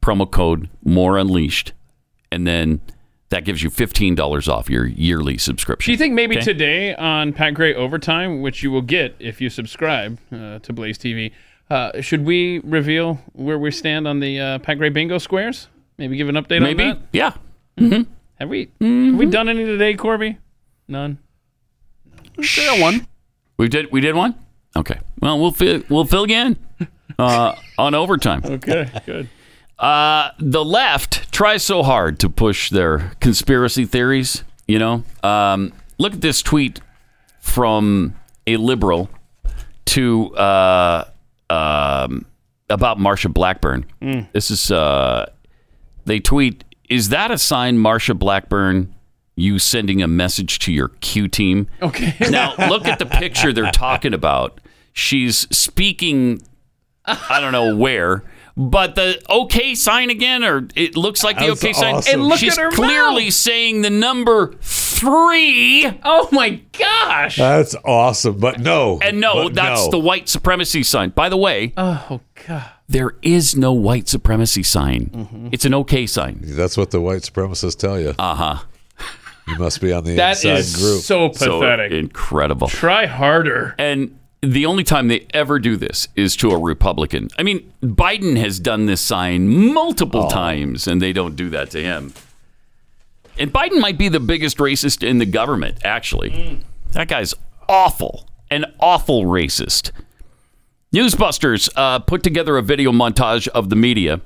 S2: promo code more unleashed, and then that gives you $15 off your yearly subscription.
S3: Do you think maybe today on Pat Gray Overtime, which you will get if you subscribe uh, to Blaze TV, uh, should we reveal where we stand on the uh, Pat Gray Bingo Squares? Maybe give an update on
S2: Maybe?
S3: that?
S2: Yeah.
S3: Have we, have we done any today, Corby? None.
S2: We did we did one? Okay. Well, we'll fill, we'll fill again uh, on overtime.
S3: Okay,
S4: *laughs*
S3: good.
S2: Uh, the left tries so hard to push their conspiracy theories. You know, um, look at this tweet from a liberal to uh, um, about Marsha Blackburn. This is uh, they tweet: Is that a sign Marsha Blackburn you sending a message to your Q team.
S3: Okay.
S2: Now look at the picture they're talking about. She's speaking. I don't know where, but the OK sign again, or it looks like the
S4: That's
S2: OK sign.
S4: awesome. And
S3: look
S2: She's
S3: at her
S2: clearly
S3: mouth.
S2: saying the number three.
S3: Oh my gosh.
S4: That's awesome, but no.
S2: And no,
S4: but
S2: that's
S4: no.
S2: the white supremacy sign. By the way,
S3: *laughs* oh god.
S2: there is no white supremacy sign.
S4: Mm-hmm.
S2: It's an OK sign.
S4: That's what the white supremacists tell you. Uh
S2: Uh-huh.
S4: huh. You must be on the
S3: That
S4: inside
S3: is
S4: group.
S3: so
S2: So
S3: pathetic.
S2: incredible.
S3: Try harder.
S2: And the only time they ever do this is to a Republican. I mean, Biden has done this sign multiple
S3: Oh.
S2: times, and they don't do that to him. And Biden might be the biggest racist in the government, actually.
S3: Mm.
S2: That guy's awful, an awful racist. Newsbusters uh, put together a video montage of the media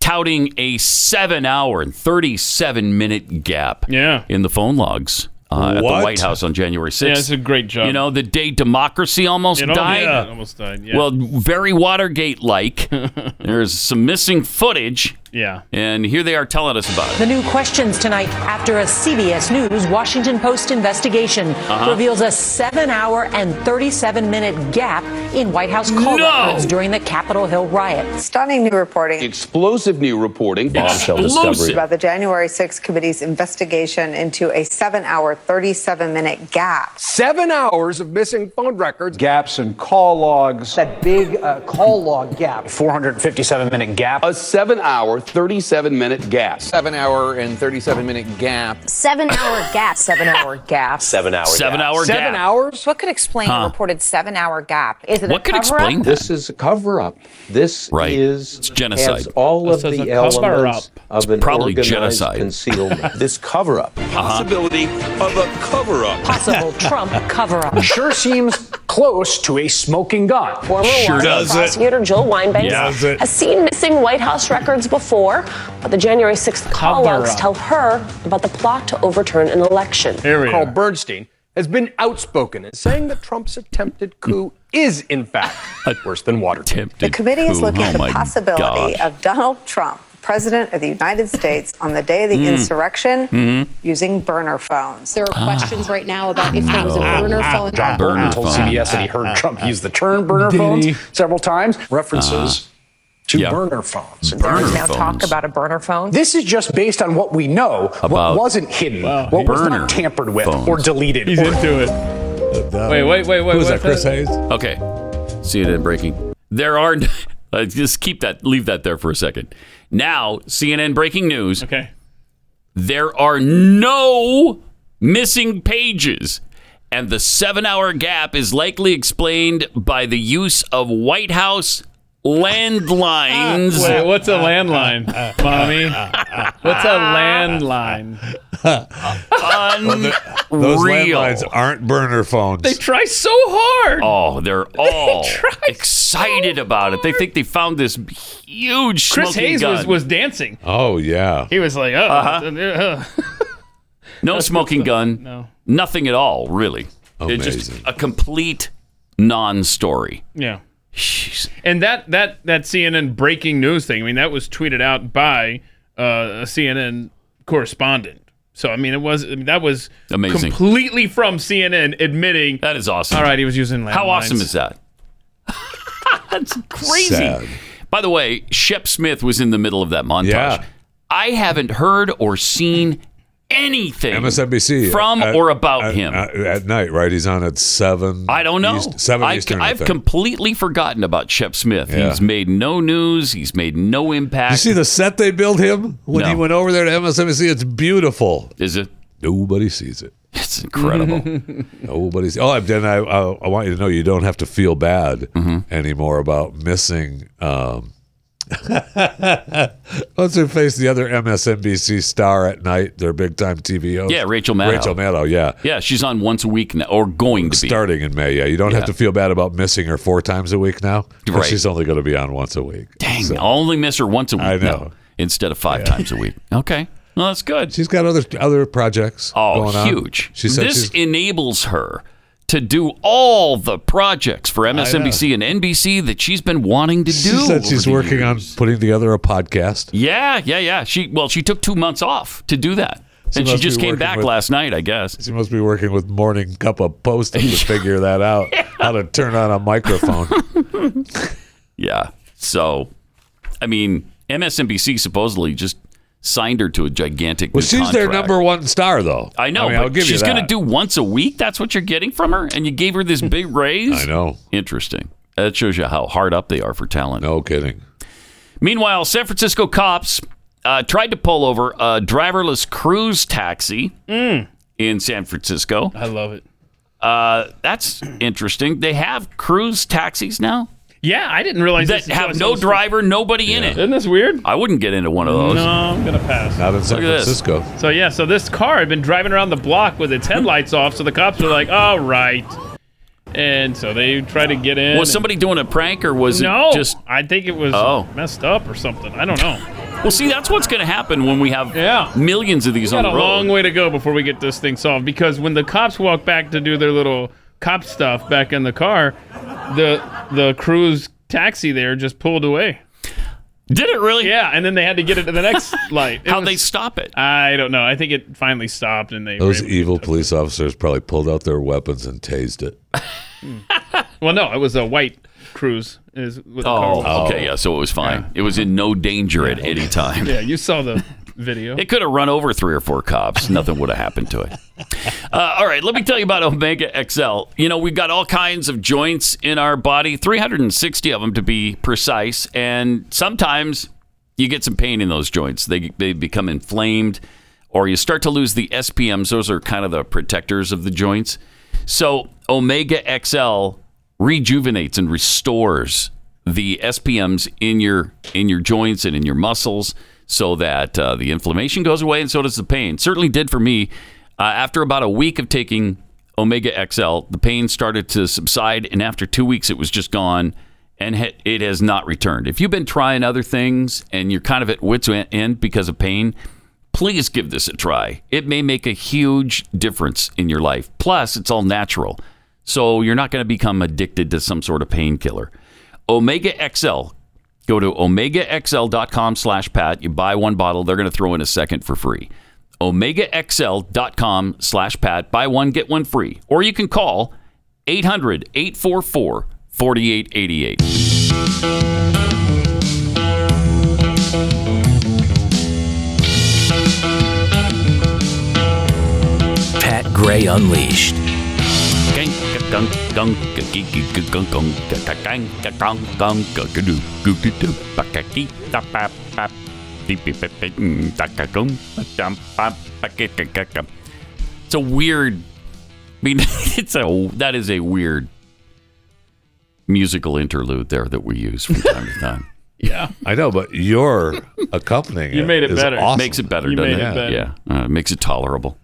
S2: touting a seven hour and 37 minute gap
S3: Yeah.
S2: in the phone logs uh, at the
S4: What?
S2: White House on January 6th.
S3: Yeah, it's a great job.
S2: You know, the day democracy almost
S3: It al-
S2: died.
S3: yeah, it almost died. Yeah.
S2: Well, very Watergate
S3: *laughs*
S2: like. There's some missing footage,
S3: yeah.
S2: and here they are telling us about it.
S11: The new questions tonight after a CBS News Washington Post investigation reveals a seven hour and 37 minute gap in White House call
S2: No!
S11: records during the Capitol Hill riot.
S12: Stunning new reporting
S5: Explosive new reporting.
S2: Bombshell
S12: about the January 6th committee's investigation into a seven hour, 37 minute gap.
S5: Seven hours of missing phone records.
S8: Gaps and call logs.
S5: That big uh, call log gap.
S8: 457 minute gap.
S5: A seven hour, 37 minute gap. Seven hour and 37 minute gap.
S12: Seven hour gap. Seven hour gap.
S5: Seven hours.
S2: Seven hour
S5: Seven
S2: gap.
S5: hours?
S12: What could explain the reported seven hour gap? Is it
S2: What
S12: a
S2: could
S12: cover
S2: explain that?
S5: This is a cover up. This
S2: Right.
S5: is
S2: It's genocide.
S5: has all
S3: This
S5: of
S3: is
S5: the
S3: a cover
S5: elements
S3: up.
S5: of an
S2: probably
S5: organized
S2: genocide. *laughs*
S5: concealment. this cover up
S8: Uh-huh. Possibility of a cover up.
S11: Possible Trump cover up.
S5: sure seems close to a smoking gun.
S1: Former
S2: *laughs* Sure
S1: Washington
S2: does it.
S1: prosecutor Jill Weinbanks
S4: Does it.
S1: has seen missing White House records before, but the January 6th call
S3: Cover
S1: logs
S3: up.
S1: tell her about the plot to overturn an election.
S3: Here we
S5: Carl
S3: are.
S5: Bernstein has been outspoken in saying that Trump's attempted coup is, in fact, worse than Watergate.
S12: The committee is looking
S2: Oh
S12: at the possibility
S2: of.
S12: of Donald Trump, President of the United States, on the day of the insurrection, using burner phones. There are questions right now about if there was a burner phone.
S5: John Bolton told
S2: phone.
S5: CBS that he heard Trump use the term burner phones several times, references to
S2: Uh-huh. Yeah.
S5: burner phones.
S12: There is
S2: burner
S12: now talk
S2: phones.
S12: about a burner phone.
S5: This is just based on what we know,
S2: About
S5: what wasn't hidden, what was
S2: Burner
S5: not tampered with
S2: phones.
S5: or deleted.
S3: He's
S5: or
S3: into it.
S4: That-
S3: Wait, wait, wait, wait,
S4: Who was that,
S3: what's
S4: Chris
S3: that?
S4: Hayes?
S2: Okay. CNN breaking. There are. *laughs* Uh, just keep that. Leave that there for a second. Now, CNN breaking news.
S3: Okay.
S2: There are no missing pages. And the seven hour gap is likely explained by the use of White House
S3: *laughs*
S2: landlines.
S3: Wait, what's a landline,
S4: *laughs*
S3: mommy? What's a landline?
S4: Those
S2: Real.
S4: landlines aren't burner phones.
S3: They try so hard.
S2: Oh,
S3: *laughs*
S2: they're all
S3: tried so
S2: excited about it. They think they found this huge
S3: Chris
S2: smoking
S3: Hayes
S2: gun.
S3: was, was dancing.
S4: oh yeah.
S3: He was like, oh, uh, *laughs*
S2: no smoking gun.
S3: No.
S2: Nothing at all, really. It's just
S4: Amazing.
S2: a complete non-story.
S3: yeah. And that that that CNN breaking news thing. I mean, that was tweeted out by uh, a CNN correspondent. So I mean, it was I mean, that was
S2: Amazing.
S3: completely from CNN admitting.
S2: That is awesome.
S3: All right, he was using landlines.
S2: How awesome is
S3: *laughs*
S2: that? That's crazy.
S4: Sad.
S2: By the way, Shep Smith was in the middle of that montage.
S4: Yeah.
S2: I haven't heard or seen anything
S4: MSNBC
S2: from
S4: uh, at-
S2: or about
S4: at-
S2: him.
S4: at, at night, right? He's on at seven.
S2: I don't know.
S4: uh, East- seven
S2: I've,
S4: Eastern. I
S2: I've
S4: think.
S2: completely forgotten about Shep Smith.
S4: Yeah.
S2: He's made no news. He's made no impact.
S4: you see the set they built him when he
S2: No.
S4: went over there to MSNBC. It's beautiful.
S2: Is it?
S4: Nobody sees it.
S2: It's
S4: *laughs*
S2: incredible.
S4: Nobody's. Oh, then I, I I want you to know you don't have to feel bad
S2: Mm-hmm.
S4: anymore about missing. Um, *laughs* what's her face? The other MSNBC star at night, their big time TV host.
S2: Yeah, Rachel Maddow.
S4: Rachel Maddow. Yeah.
S2: yeah, she's on once a week now, or going to be.
S4: Starting in May, yeah, you don't have to feel bad about missing her four times a week now. 'cause
S2: Right.
S4: she's only going to be on once a week.
S2: Dang, I'll only miss her once a week.
S4: I
S2: now,
S4: know.
S2: instead of five times a week. Okay. Well, that's good.
S4: She's got other other projects.
S2: Oh,
S4: going on.
S2: huge.
S4: She said
S2: this
S4: she's,
S2: enables her to do all the projects for MSNBC and NBC that she's been wanting to
S4: she
S2: do.
S4: said
S2: over
S4: she's
S2: the
S4: working on
S2: years.
S4: putting together a podcast.
S2: Yeah, yeah, yeah. She well, she took two months off to do that. and she
S4: must
S2: just
S4: be
S2: came
S4: working
S2: back
S4: with-
S2: last night, I guess.
S4: She must be working with Morning Cup
S2: *laughs*
S4: of Post to figure that out, how to turn on a microphone.
S2: Yeah. So, I mean, MSNBC supposedly just signed her to a gigantic.
S4: Well,
S2: new
S4: she's their
S2: contract.
S4: number one star, though.
S2: I know,
S4: I mean,
S2: but
S4: I'll give you
S2: she's going to
S4: that.
S2: do once a week. That's what you're getting from her, and you gave her this
S4: *laughs*
S2: big raise. I
S4: know.
S2: Interesting. That shows you how hard up they are for talent.
S4: No kidding.
S2: Meanwhile, San Francisco cops uh, tried to pull over a driverless cruise taxi
S3: Mm.
S2: in San Francisco.
S3: I love it.
S2: Uh, that's interesting. They have cruise taxis now.
S3: Yeah, I didn't realize
S2: that
S3: this is
S2: have
S3: what-
S2: no driver, nobody in it.
S3: Isn't this weird?
S2: I wouldn't get into one of those.
S3: No, I'm gonna pass.
S4: Not in San
S2: Look at this.
S4: Francisco.
S3: So yeah, so this car had been driving around the block with its headlights off, so the cops were like, "All right," and so they tried to get in.
S2: Was somebody doing a prank or was
S3: no,
S2: it just?
S3: I think it was
S2: Oh.
S3: messed up or something. I don't know.
S2: Well, see, that's what's going to happen when we have millions of these
S3: We
S2: on
S3: got
S2: the
S3: a
S2: road.
S3: long way to go before we get this thing solved because when the cops walk back to do their little cop stuff back in the car, the the cruise taxi there just pulled away.
S2: Did it really?
S3: Yeah, and then they had to get it to
S2: *laughs*
S3: the next light. How'd
S2: they stop it?
S3: I don't know. I think it finally stopped and they.
S4: Those evil police officers probably pulled out their weapons and tased it.
S3: Well, no, it was a white cruise. Is what the car
S2: Oh,
S3: was.
S2: okay, yeah. So it was fine. It was in no danger at any time.
S3: Yeah, you saw
S2: *laughs*
S3: the video.
S2: It could have run over three or four cops. Nothing would have happened to it. Uh, all right, let me tell you about Omega XL. You know, we've got all kinds of joints in our body, 360 of them to be precise. And sometimes you get some pain in those joints. They, they become inflamed, or you start to lose the SPMs. Those are kind of the protectors of the joints. So, Omega XL rejuvenates and restores the SPMs in your in your joints and in your muscles, so that uh, the inflammation goes away and so does the pain. Certainly did for me. Uh, after about a week of taking Omega XL, the pain started to subside, and after two weeks, it was just gone, and ha- it has not returned. If you've been trying other things and you're kind of at wit's e-, end because of pain, please give this a try. It may make a huge difference in your life. Plus, it's all natural, so you're not going to become addicted to some sort of painkiller. Omega XL. Go to omegaxl.com slash Pat. You buy one bottle, they're going to throw in a second for free. omegaxl.com slash Pat. Buy one, get one free. Or you can call 800 844 4888.
S8: Pat Gray Unleashed.
S2: It's a weird. I mean, *laughs* it's a that is a weird musical interlude there that we use from time to time.
S3: Yeah.
S4: I know, but you're accompanying it. is awesome.
S2: Makes it better, doesn't it? Yeah, uh, makes it tolerable.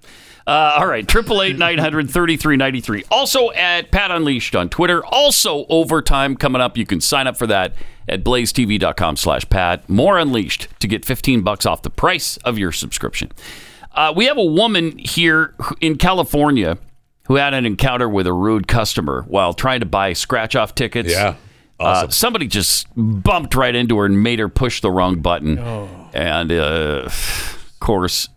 S2: Uh, all right, triple eight nine hundred thirty three ninety three. Also at Pat Unleashed on Twitter. Also overtime coming up. You can sign up for that at blazetv.com slash Pat. More Unleashed to get fifteen bucks off the price of your subscription. Uh, we have a woman here who- in California who had an encounter with a rude customer while trying to buy scratch off tickets.
S4: Yeah.
S2: Uh, somebody just bumped right into her and made her push the wrong button.
S4: Oh.
S2: And, uh, of course,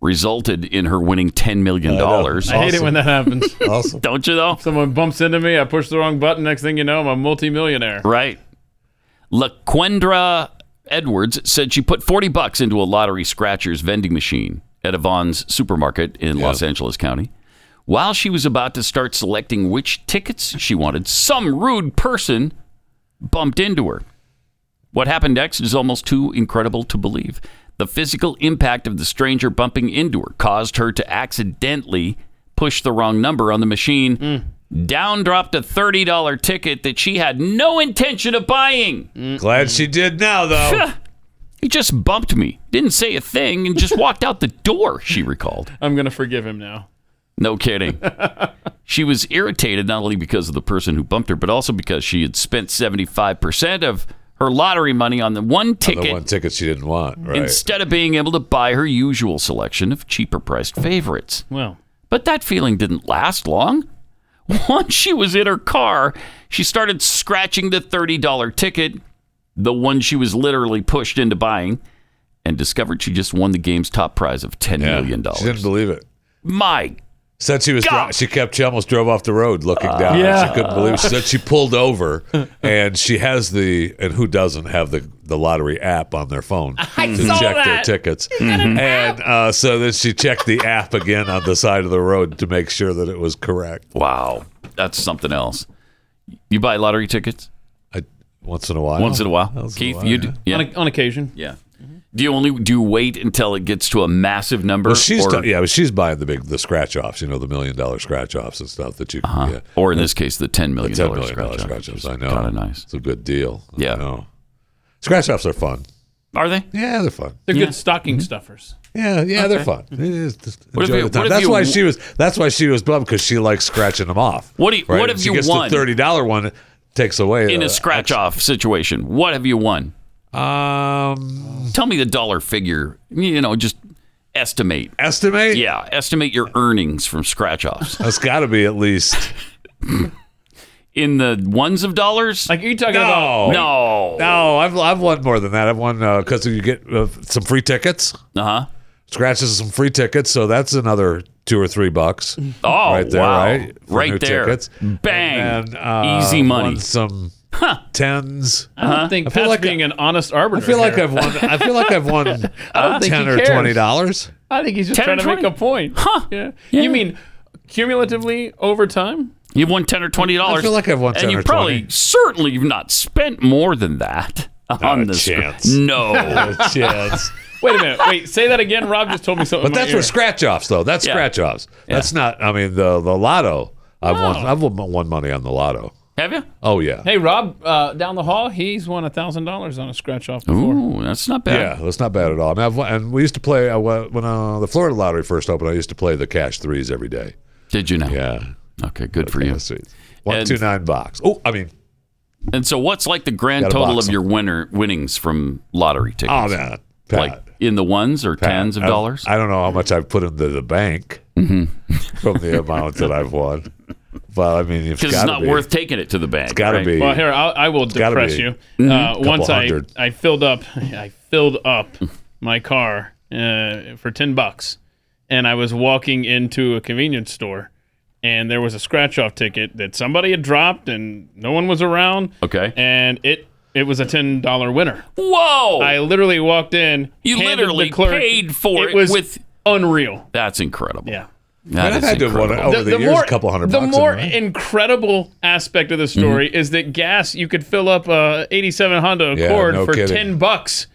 S2: resulted in her winning $10 million.
S3: I hate it when that
S2: *laughs*
S3: happens.
S4: awesome.
S2: Don't you though?
S3: Someone bumps into me, I push the wrong button, next thing you know, I'm a multimillionaire.
S2: Right. LaQuendra Edwards said she put 40 bucks into a lottery scratchers vending machine at Avon's supermarket in Los Angeles County. While she was about to start selecting which tickets she wanted, some rude person bumped into her. What happened next is almost too incredible to believe. The physical impact of the stranger bumping into her caused her to accidentally push the wrong number on the machine. Down dropped a $30 ticket that she had no intention of buying.
S4: Glad she did
S2: *laughs*
S4: now, though.
S2: he just bumped me, didn't say a thing, and just walked out the door, she recalled.
S3: I'm gonna forgive him now.
S2: No *laughs* kidding. she was irritated not only because of the person who bumped her, but also because she had spent 75% of her lottery money on the one ticket,
S4: the one ticket she didn't want. Right.
S2: instead of being able to buy her usual selection of cheaper priced favorites.
S3: Well,
S2: But that feeling didn't last long. *laughs* Once she was in her car, she started scratching the $30 ticket, the one she was literally pushed into buying, and discovered she just won the game's top prize of ten million
S4: She didn't
S2: dollars.
S4: believe it.
S2: My
S4: said she was. Dri- she kept. She almost drove off the road looking
S13: Uh,
S4: down.
S2: yeah.
S4: She couldn't believe. It. She said she pulled
S13: *laughs*
S4: over, and she has the. And who doesn't have the the lottery app on their phone
S13: I
S4: to
S13: saw
S4: check their
S13: that.
S4: tickets?
S13: got an
S4: And uh, so then she checked the app again on the side of the road to make sure that it was correct.
S2: Wow, that's something else. You buy lottery tickets?
S4: I, once in a while.
S2: Once in a while.
S3: Once in a
S2: Keith,
S3: while,
S2: you do, yeah.
S3: on, on occasion.
S2: Yeah. do you only do you wait until it gets to a massive number?
S4: Well, she's
S2: or,
S4: t- yeah, but she's buying the big the scratch offs, you know, the million dollar scratch offs and stuff that you can
S2: Uh-huh.
S4: get.
S2: Or in this case, the ten million
S4: The $10
S2: dollars.
S4: million scratch offs. I know,
S2: Kind of nice.
S4: It's a good deal.
S2: Yeah.
S4: Scratch offs are fun.
S2: Are they?
S4: Yeah, they're fun.
S3: They're
S4: Yeah.
S3: good stocking
S2: Mm-hmm.
S3: stuffers.
S4: Yeah, yeah, they're
S3: Okay.
S4: fun. It is just
S3: What if
S4: enjoy
S3: you-
S4: the time.
S3: what if
S4: That's
S3: you-
S4: why she was. That's why she was bummed because she likes scratching them off.
S2: What do you- what
S4: And
S2: if
S4: she
S2: you
S4: gets
S2: won?
S4: the thirty dollar one? it Takes away
S2: in
S4: the-
S2: a scratch off situation, what have you won?
S4: Um,
S2: tell me the dollar figure. You know, just estimate.
S4: Estimate.
S2: Yeah, estimate your earnings from scratch offs. *laughs*
S4: That's got to be at least
S2: in the ones of dollars. Like
S3: are you talking
S4: No,
S2: about? No,
S4: no. I've I've won more than that. I've won because you get uh, some free tickets.
S2: Uh huh.
S4: Scratches some free tickets, so that's another two or three bucks.
S2: Oh,
S4: right there,
S2: wow.
S4: right? For
S2: Right
S4: new
S2: there.
S4: tickets.
S2: Bang.
S4: And, uh,
S2: Easy money.
S4: won some tens.
S3: I don't think Pat's being an honest arbiter.
S4: I feel like
S3: here.
S4: I've won. I feel like I've won
S3: *laughs* I don't think
S4: ten
S3: he
S4: or
S3: cares.
S4: twenty dollars.
S3: *laughs* I think he's just
S2: 10 or
S3: trying to make a
S2: 20.
S3: point. Huh? Yeah. You mean cumulatively over time?
S2: You've won ten or twenty dollars.
S3: I feel like I've won 10
S2: and you
S3: or
S2: probably
S3: 20.
S2: certainly you've not spent more than that on this.
S4: chance.
S2: No
S4: *laughs*
S3: Oh,
S4: Not a chance.
S3: Wait a minute. Wait, say that again. Rob just told me something.
S4: But that's
S3: where
S4: for scratch offs, though. That's
S3: Yeah. Oh.
S4: scratch offs. That's not. I mean, the the lotto. I've won. I've won won money on the lotto.
S2: Have you?
S4: Oh yeah.
S3: Hey, Rob, uh, down the hall, he's won thousand dollars on a scratch off.
S2: Ooh, that's not bad.
S4: Yeah, that's not bad at all. I mean, I've, won- and we used to play I, wa- when uh, the Florida Lottery first opened. I used to play the cash threes every day.
S2: Did
S3: Oh.
S2: you know?
S4: Yeah.
S2: Okay. Good for you.
S4: One
S2: And-
S4: two nine box. Oh, I mean,
S2: And so, what's like the grand
S4: Gotta
S2: total
S4: box
S2: of your winner winnings from lottery tickets?
S4: Oh, man. Pat.
S2: like in the ones or tens of
S4: I-
S2: dollars? Mm-hmm.
S4: I don't know how much I've put into the bank *laughs* from the amount that I've won. But I mean,
S2: Because it's not worth taking it to the bank.
S4: It's gotta
S2: right?
S4: be.
S3: Well, here I'll, I will
S4: gotta
S3: depress
S4: be
S3: you.
S2: Mm-hmm.
S4: Mhm.
S3: Uh,
S4: Couple
S3: once I,
S4: hundred.
S3: I filled up, *laughs* I filled up my car uh, for ten bucks, and I was walking into a convenience store, and there was a scratch off ticket that somebody had dropped, and no one was around.
S2: Okay.
S3: and it it was a ten dollar winner.
S2: Whoa!
S3: I literally walked in.
S2: You
S3: handed
S2: literally
S3: the clerk,
S2: paid for it
S3: was
S2: with-
S3: unreal.
S2: That's incredible. Yeah.
S4: Man, I've had to have won over the, years a couple hundred
S3: the
S4: bucks. Mm-hmm. in
S3: more
S4: there.
S3: incredible aspect of the story is that gas you could fill up a 87 Honda
S4: Yeah,
S3: Accord
S4: no
S3: for
S4: kidding.
S3: 10 bucks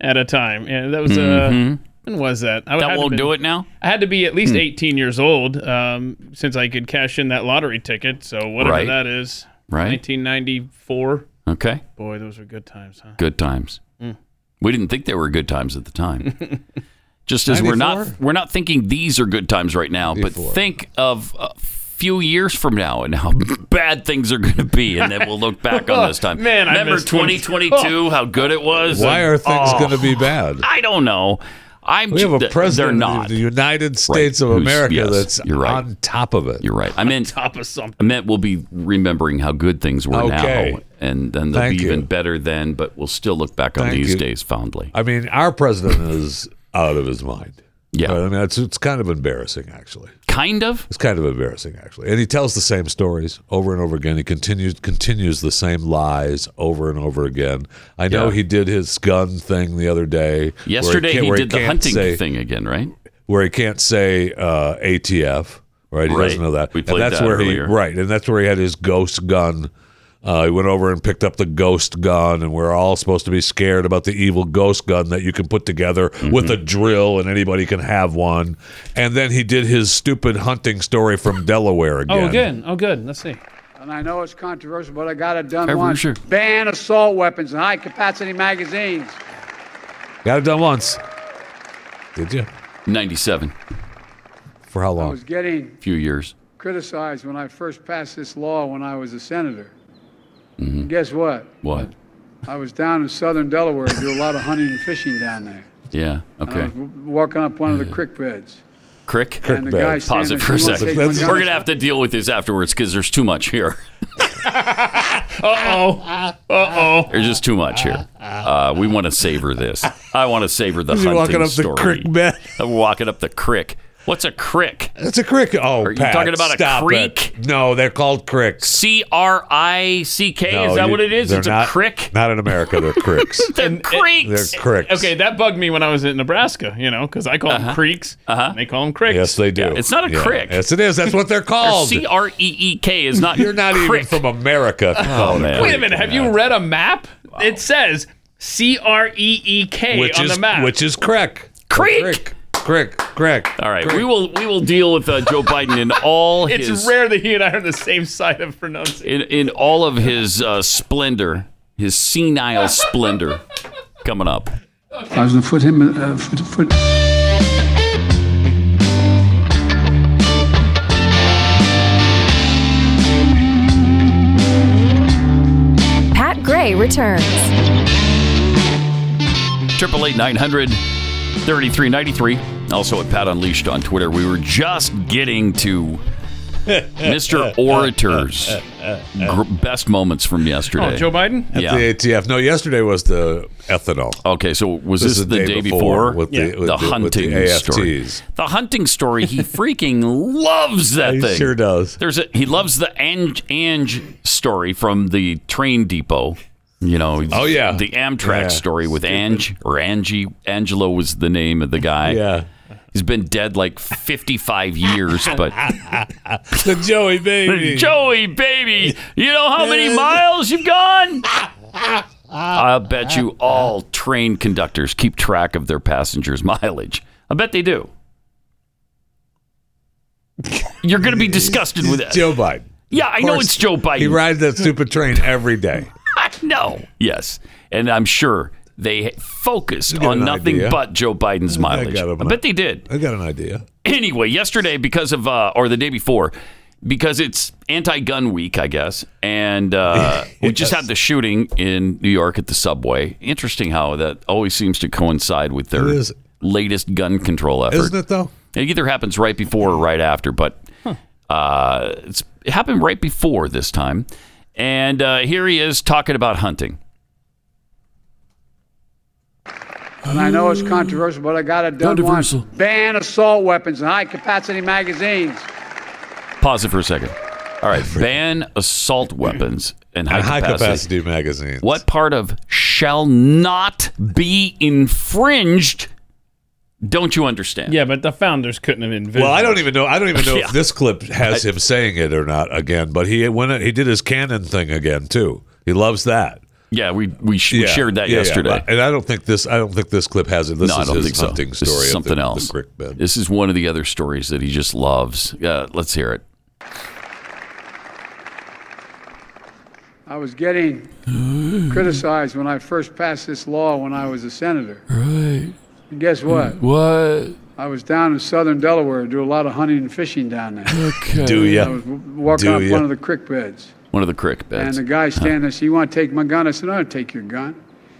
S3: at a time. And that was uh
S2: Mhm.
S3: when was that? I
S2: That
S3: had to
S2: won't
S3: been-
S2: do it now?
S3: I had to be at least
S4: Hmm.
S3: 18 years old um, since I could cash in that lottery ticket. So whatever
S2: Right.
S3: that is,
S2: Right.
S3: 1994.
S2: Okay.
S3: Boy, those were good times, huh?
S2: Good times.
S3: Mm.
S2: We didn't think they were good times at the time.
S4: *laughs*
S2: Just as we're not we're not thinking these are good times right now, but think of a few years from now and how *laughs* bad things are going to be, and then we'll look back on
S4: *laughs* Oh,
S2: this time.
S3: Man, I
S2: remember
S3: missed when-
S2: 2022, how good it was.
S4: Why
S2: And-
S4: are things
S2: oh,
S4: going to
S3: *laughs*
S4: be bad?
S2: I don't know. I'm.
S4: We have a
S2: they're
S4: president
S2: not.
S4: of the United States of
S2: Who's-
S4: America
S2: yes,
S4: that's
S2: you're right.
S4: on top of it.
S2: You're right. I meant
S3: top of something.
S2: I meant we'll be remembering how good things were
S4: Okay.
S2: now, and then they'll
S4: Thank
S2: be
S4: you.
S2: even better then. But we'll still look back on
S4: Thank
S2: these
S4: you.
S2: days fondly.
S4: I mean, our president is out of his mind.
S2: Yeah.
S4: I mean, it's, it's kind of embarrassing, actually.
S2: Kind of?
S4: It's kind of embarrassing, actually. And he tells the same stories over and over again. He continues continues the same lies over and over again. I know
S2: Yeah.
S4: he did his gun thing the other day. where
S2: Yesterday
S4: can't-
S2: he
S4: where
S2: did the
S4: can't
S2: hunting
S4: say-
S2: thing again, right?
S4: where he can't say uh, ATF, right? He
S2: Right.
S4: doesn't know that.
S2: We
S4: And
S2: played
S4: that's
S2: that
S4: where
S2: earlier.
S4: he right, and that's where he had his ghost gun. Uh, he went over and picked up the ghost gun, and we're all supposed to be scared about the evil ghost gun that you can put together with
S2: Mm-hmm.
S4: a drill, and anybody can have one. And then he did his stupid hunting story from Delaware again.
S3: Oh, good. Oh, good. Let's see.
S5: And I know it's controversial, but I got it done
S4: Every
S5: once.
S4: sure.
S5: Ban assault weapons and high capacity magazines.
S4: Got it done once. Did you?
S2: Ninety-seven.
S4: For how
S5: I was getting
S2: A few years.
S5: criticized when I first passed this law when I was a senator. Guess what?
S2: Mm-hmm. What?
S5: I was down in southern Delaware. I do a lot of hunting and fishing down there.
S2: Yeah.
S5: And I
S2: Okay.
S5: was
S4: Uh-huh.
S5: w- walking up one of the creek beds.
S2: Crick.
S5: Crick And the guy bed.
S2: Pause
S5: standing
S2: it for a
S5: there, you wanna
S2: second.
S5: take one
S2: We're
S5: down?
S2: gonna have to deal with this afterwards because there's too much here.
S3: Uh oh. Uh oh. *laughs*
S2: There's just too much here. Uh, we want to savor this. I want to savor the
S4: *laughs* He's
S2: hunting
S4: walking up the
S2: story.
S4: creek bed.
S2: I'm walking up the crick. What's a crick?
S4: It's a crick. Oh,
S2: Are you talking about a creek?
S4: No, they're called cricks.
S2: C R I C K.
S4: No,
S2: is that
S4: you-
S2: what it is?
S4: they're
S2: It's
S4: not-
S2: a crick.
S4: Not in America.
S2: *laughs*
S4: They're cricks.
S2: They're creeks.
S4: they're cricks.
S3: Okay, that bugged me when I was in Nebraska, you know, because I call them creeks. Uh-huh. And they call them cricks.
S4: Yes, they do.
S2: It's not a
S4: Yeah.
S2: crick.
S4: Yes, it is. That's
S2: *laughs*
S4: what they're called.
S2: C R E E K is not.
S4: *laughs* You're not even
S2: crick.
S4: from America. if you call
S2: Oh,
S4: it
S2: man.
S3: Wait a
S4: creek.
S3: minute. Have you read a map? It says C R E E K
S4: Which
S3: on
S4: is
S3: the map.
S4: which is crick.
S2: Creek.
S4: Crick. Crick.
S2: All right,
S4: Crick.
S2: we will we will deal with uh, Joe Biden in all
S3: it's
S2: his
S3: rare that he and I are on the same side of pronunciation.
S2: in, in all of his uh, splendor, his senile splendor, coming up.
S5: I was going to foot him, uh, foot, foot.
S13: Pat Gray returns.
S2: Triple eight nine hundred thirty three ninety three. Also at Pat Unleashed on Twitter. We were just getting to Mr. Orator's gr- best moments from yesterday.
S3: Oh, Joe Biden?
S4: At
S2: Yeah.
S4: the ATF. No, yesterday was the ethanol.
S2: Okay, so was this, the, day, before?
S4: with the, with
S2: the
S4: with
S2: hunting story.
S4: AFTs.
S2: The hunting story. He freaking loves that
S4: He
S2: thing.
S4: sure does.
S2: There's a, he loves the Ange, Ange story from the train depot. You know,
S4: Oh, yeah.
S2: the Amtrak
S4: Yeah.
S2: story with Ange or Angie. Angelo was the name of the guy.
S4: Yeah.
S2: he's been dead like 55
S4: *laughs*
S2: years, but
S4: The
S2: *laughs*
S4: Joey baby.
S2: Joey baby, you know how many miles you've
S4: *laughs*
S2: gone? I bet you all train conductors keep track of their passengers' mileage. I bet they
S4: *laughs*
S2: do. You're going to be disgusted with that.
S4: Joe Biden.
S2: Yeah, I
S4: Of
S2: know
S4: course,
S2: it's Joe Biden.
S4: He rides that stupid train every day.
S2: I know. Yes. And I'm sure they focused
S4: You got
S2: on
S4: an
S2: nothing
S4: idea.
S2: but Joe Biden's mileage.
S4: got
S2: I,
S4: him.
S2: bet they did.
S4: I got an idea.
S2: Anyway, yesterday, because of, uh, or the day before, because it's anti gun week, I guess. And
S4: *laughs*
S2: uh, we just had the shooting in New York at the subway. Interesting how that always seems to coincide with their
S4: It is.
S2: latest gun control effort.
S4: Isn't it though?
S2: It either happens right before or right after, but uh, it's, it happened right before this time. And uh, here he is talking about hunting.
S5: And I know it's controversial, but I got it done once. Ban assault weapons and high capacity magazines.
S2: Pause it for a second. All right, ban assault weapons and high,
S4: And high
S2: capacity.
S4: capacity magazines.
S2: What part of shall not be infringed? Don't you understand?
S3: Yeah, but the founders couldn't have envisioned.
S4: Well, I don't even know. I don't even
S2: *laughs*
S4: know
S2: Yeah.
S4: if this clip has him saying it or not again. But he went. He did his cannon thing again too. He loves that.
S2: Yeah, we we, sh- we
S4: Yeah,
S2: shared that
S4: yeah, yeah.
S2: yesterday.
S4: But- and I don't think this. I don't think this clip has it. This
S2: no,
S4: is
S2: I don't
S4: his
S2: think so.
S4: hunting
S2: This
S4: story.
S2: is
S4: of
S2: something
S4: the,
S2: else.
S4: The creek bed.
S2: This is one of the other stories that he just loves. Uh, let's hear it.
S5: I was getting criticized when I first passed this law when I was a senator.
S2: Right.
S5: And guess what?
S2: What?
S5: I was down in southern Delaware, do a lot of hunting and fishing down there.
S2: Okay.
S4: Do
S5: I
S4: you?
S5: was w- walking
S4: Do
S5: up
S4: ya?
S5: one of the creek beds.
S2: One of the crick
S5: And
S2: beds.
S5: the guy standing there said, You want to take my gun? I said, I don't take your gun.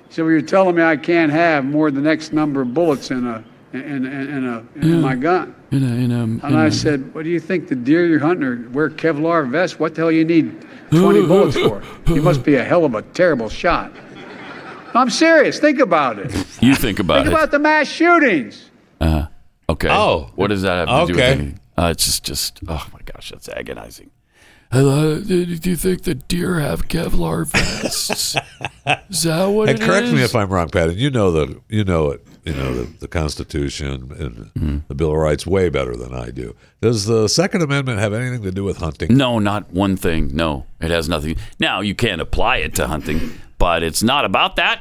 S5: He said, Well, you're telling me I can't have more than X number of bullets in a in, in, in a in my gun.
S2: In a- in a- in
S5: And I
S2: a-
S5: said, What do you think the deer you're hunting are wear Kevlar vests? What the hell you need 20 bullets for? You must be a hell of a terrible shot. I'm serious. Think about it. Think
S2: you think about it.
S5: about the mass shootings.
S2: Okay.
S4: Oh.
S2: What does that have to do with
S4: Okay.
S2: anything? Uh, it's just, just, oh my gosh, that's agonizing. Hello, do you think the deer have Kevlar
S4: *laughs*
S2: vests? is that what
S4: And correct me if I'm wrong, Pat. And you know the you know it. You know the, the Constitution and
S2: Mm-hmm.
S4: the Bill of Rights way better than I do. Does the Second Amendment have anything to do with hunting?
S2: No, not one thing. No, it has nothing. Now, you can apply it to hunting, but it's not about that.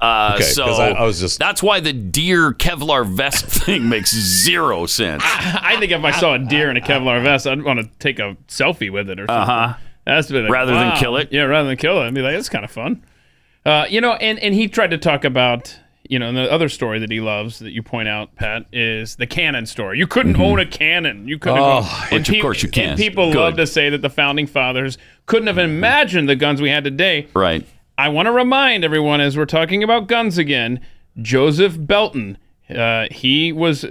S2: Uh,
S4: Okay,
S2: so
S4: 'cause I- I was just-
S2: that's why the deer Kevlar vest *laughs* thing makes zero sense.
S3: *laughs*
S4: Ah!
S3: I think if I saw a deer in a Kevlar vest, I'd want to take a selfie with it or something. Uh-huh. That's been like,
S2: Rather than
S3: wow.
S2: kill it?
S3: Yeah, rather than kill it. I'd be like, that's kind of fun. Uh, you know, and, and he tried to talk about, you know, and the other story that he loves that you point out, Pat, is the cannon story. You couldn't own a cannon. You couldn't.
S4: Oh,
S3: have
S2: which Mm-hmm. of course you
S3: and
S2: can.
S3: People
S2: Good. Mm-hmm.
S3: love to say that the founding fathers couldn't have imagined the guns we had today.
S2: Right.
S3: I want to remind everyone as we're talking about guns again, Joseph Belton. Uh, he was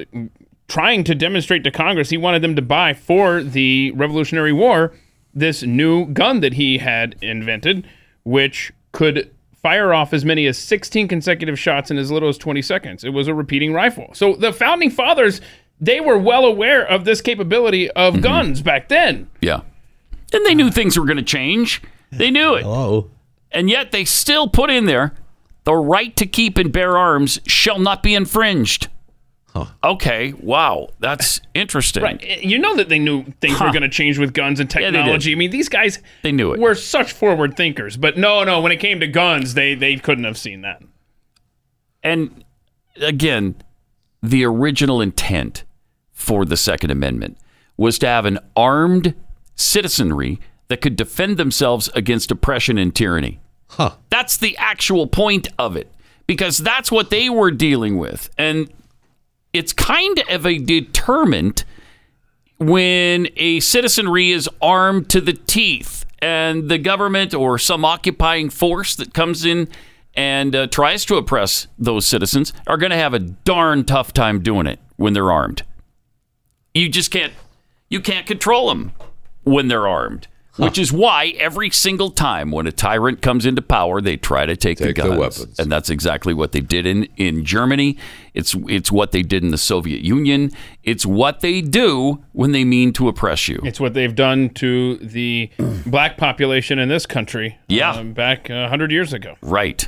S3: trying to demonstrate to Congress he wanted them to buy for the Revolutionary War this new gun that he had invented, which could fire off as many as 16 consecutive shots in as little as 20 seconds. It was a repeating rifle. So the founding fathers, they were well aware of this capability of guns back then.
S2: Yeah. And they knew things were going to change. They knew it. Oh. And yet they still put in there the right to keep and bear arms shall not be infringed. Okay. Wow. That's interesting.
S3: Right. Eh, You know that they knew things were going to change with guns and
S2: they did.
S3: technology. I mean, these guys
S2: they knew it.
S3: were such forward thinkers. But no, no, when it came to guns, they they couldn't have seen that.
S2: And again, the original intent for the Second Amendment was to have an armed citizenry that could defend themselves against oppression and tyranny. Huh. That's the actual point of it because that's what they were dealing with. And it's kind of a determinant when a citizenry is armed to the teeth and the government or some occupying force that comes in and uh, tries to oppress those citizens are going to have a darn tough time doing it when they're armed. You just can't you can't control them when they're armed. Which is why every single time when a tyrant comes into power, they try to take, the
S4: Take
S2: guns,
S4: the weapons.
S2: and that's exactly what they did in, in Germany. It's it's what they did in the Soviet Union. It's what they do when they mean to oppress
S4: *laughs*
S2: you.
S3: It's what they've done to the
S2: *clears throat*
S3: black population in this country.
S2: Yeah.
S3: um, back uh, 100 years ago.
S2: Right.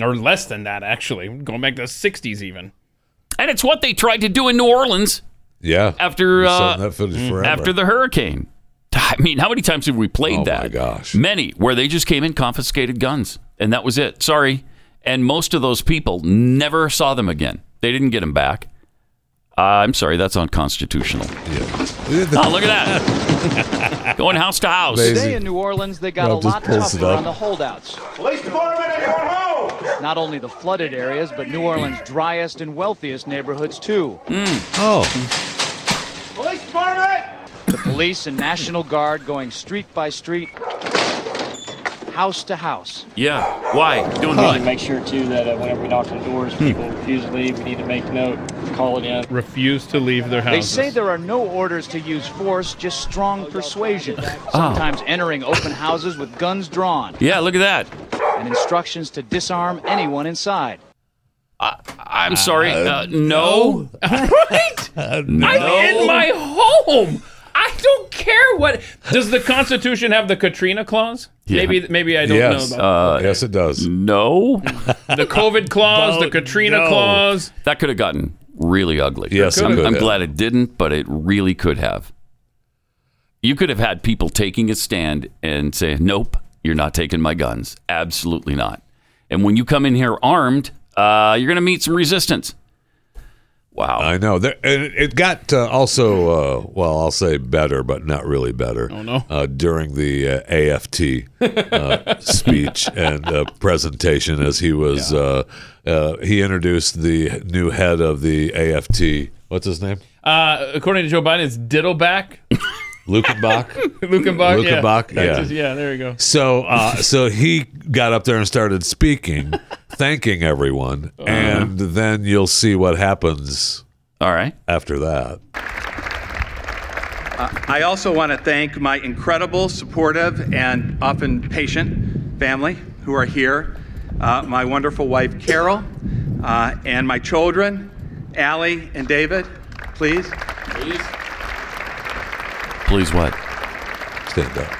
S3: Or less than that, actually. Going back to the 60s, even.
S2: And it's what they tried to do in New Orleans
S4: Yeah.
S2: after
S4: We're
S2: uh,
S4: setting that footage
S2: mm,
S4: forever.
S2: after the hurricane. *laughs* I mean, how many times have we played that? Oh, my gosh, many where they just came in, confiscated guns, and that was it. Sorry, and most of those people never saw them again. They didn't get them back. Uh, I'm sorry, that's unconstitutional. Oh, look at *laughs* that! Going house to house.
S14: Today in New Orleans, they got
S2: Rob
S14: a
S2: just
S14: lot
S2: pulls it
S14: tougher
S2: up.
S14: on the holdouts. Police department, home! Not only the flooded areas, but New Orleans' driest and wealthiest neighborhoods too.
S4: Oh.
S14: Police department! The police and National Guard going street by street, house to house.
S2: Yeah. Why? Doing
S15: We need
S2: what?
S15: to make sure too that uh, whenever we knock on doors, people refuse to leave. We need to make note, call it in.
S3: Refused to leave their
S14: They
S3: houses.
S14: say there are no orders to use force, just strong persuasion. Sometimes entering open houses with guns drawn
S2: Yeah, look at that.
S14: and instructions to disarm anyone inside.
S2: I'm sorry. Uh, no. *laughs*
S3: right? I'm in my home. I don't care what. Does the Constitution have the Katrina clause? Maybe maybe I don't
S4: yes. Uh,
S3: know. About
S4: yes, it does.
S2: Mm. No. *laughs*
S3: the COVID clause, the Katrina clause.
S2: That could have gotten really ugly. Yes,
S4: it
S2: I'm,
S4: could
S2: I'm
S4: have.
S2: glad it didn't, but it really could have. You could have had people taking a stand and saying, "Nope, you're not taking my guns. Absolutely not." And when you come in here armed, uh, you're going to meet some resistance. Wow.
S4: I know. There, and it it got uh, also, uh, well, I'll say better, but not really better. Oh, no. Uh, during the uh, AFT uh, speech and uh, presentation, as he was, uh, uh, he introduced the new head of the AFT. What's his name?
S3: Uh, according to Joe Biden, it's Diddleback. *laughs*
S4: Lukenbach.
S3: Lukenbach. yeah.
S4: Lukenbach,
S3: That's
S4: yeah.
S3: his- yeah, there you go.
S4: So, uh, so he got up there and started speaking,
S2: *laughs*
S4: thanking everyone,
S2: Uh-huh.
S4: and then you'll see what happens.
S2: All right.
S4: After that,
S16: Uh, I also want to thank my incredible, supportive, and often patient family who are here, uh, my wonderful wife, Carol, uh, and my children, Allie and David. Please. Please.
S2: Please what?
S4: Stand up.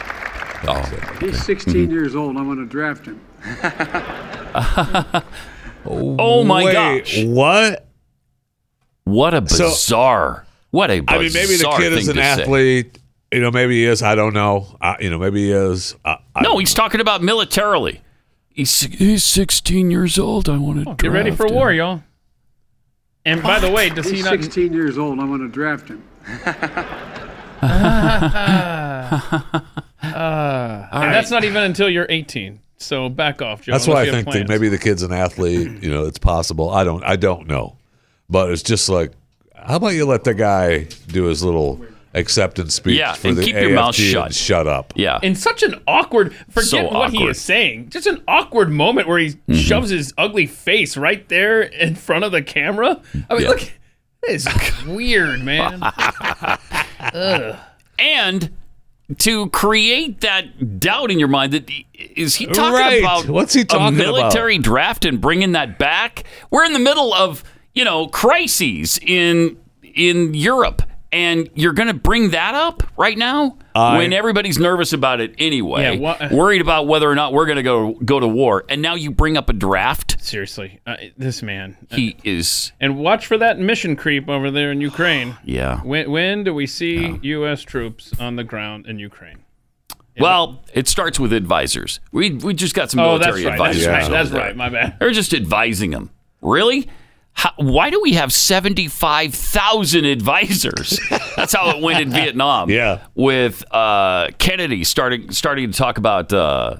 S2: Oh.
S5: He's 16
S17: Mm-hmm.
S5: years old. I'm going to draft him.
S2: Oh my
S4: Wait,
S2: gosh.
S4: What?
S2: What a
S4: So-
S2: bizarre. what a bizarre
S4: I mean, maybe the kid
S2: thing
S4: is an
S2: to say.
S4: athlete. You know, maybe he is. I don't know. I, you know, maybe he is. I, I,
S2: No, he's talking about militarily. He's he's 16 years old. I want to
S3: Get ready for war, y'all. And by the way, does
S5: He's
S3: he not?
S5: 16 years old. I'm going to draft him.
S3: Uh,
S4: All
S3: and that's
S4: right.
S3: not even until you're 18. So back off, Joe.
S4: That's
S3: unless
S4: why I
S3: you have
S4: think that
S3: plans.
S4: maybe the kid's an athlete. You know, it's possible. I don't. I don't know. But it's just like, how about you let the guy do his little acceptance speech
S2: Yeah,
S4: for
S2: and
S4: the
S2: keep
S4: AFT
S2: your mouth
S4: and
S2: shut.
S4: shut up.
S2: Yeah.
S3: in such an awkward forget
S2: So
S3: what he
S2: awkward.
S3: is saying just an awkward moment where he
S4: Mm-hmm.
S3: shoves his ugly face right there in front of the camera i mean
S2: Yeah.
S3: look
S4: *laughs*
S3: this is weird man Ugh.
S2: And to create that doubt in your mind that is he talking
S4: Right.
S2: about
S4: What's he talking
S2: a military draft and bringing that back? We're in the middle of you know crises in in Europe, and you're going to bring that up right now
S3: I-
S2: when everybody's nervous about it anyway,
S3: Yeah, wha-
S2: worried about whether or not we're going to go go to war, and now you bring up a draft.
S3: Seriously, uh, this man.
S2: He is.
S3: And watch for that mission creep over there in Ukraine.
S2: Yeah.
S3: When, when do we see U.S. troops on the ground in Ukraine?
S2: Well, it starts with advisors. We we just got some
S3: Oh, that's
S2: military
S3: right, that's
S2: advisors.
S3: right,
S2: over
S3: that's
S2: there.
S3: right, my bad.
S2: They're just advising them. Really? How, why do we have seventy five thousand advisors? *laughs* That's how it went in Vietnam. Yeah. With uh, Kennedy starting starting to talk about uh,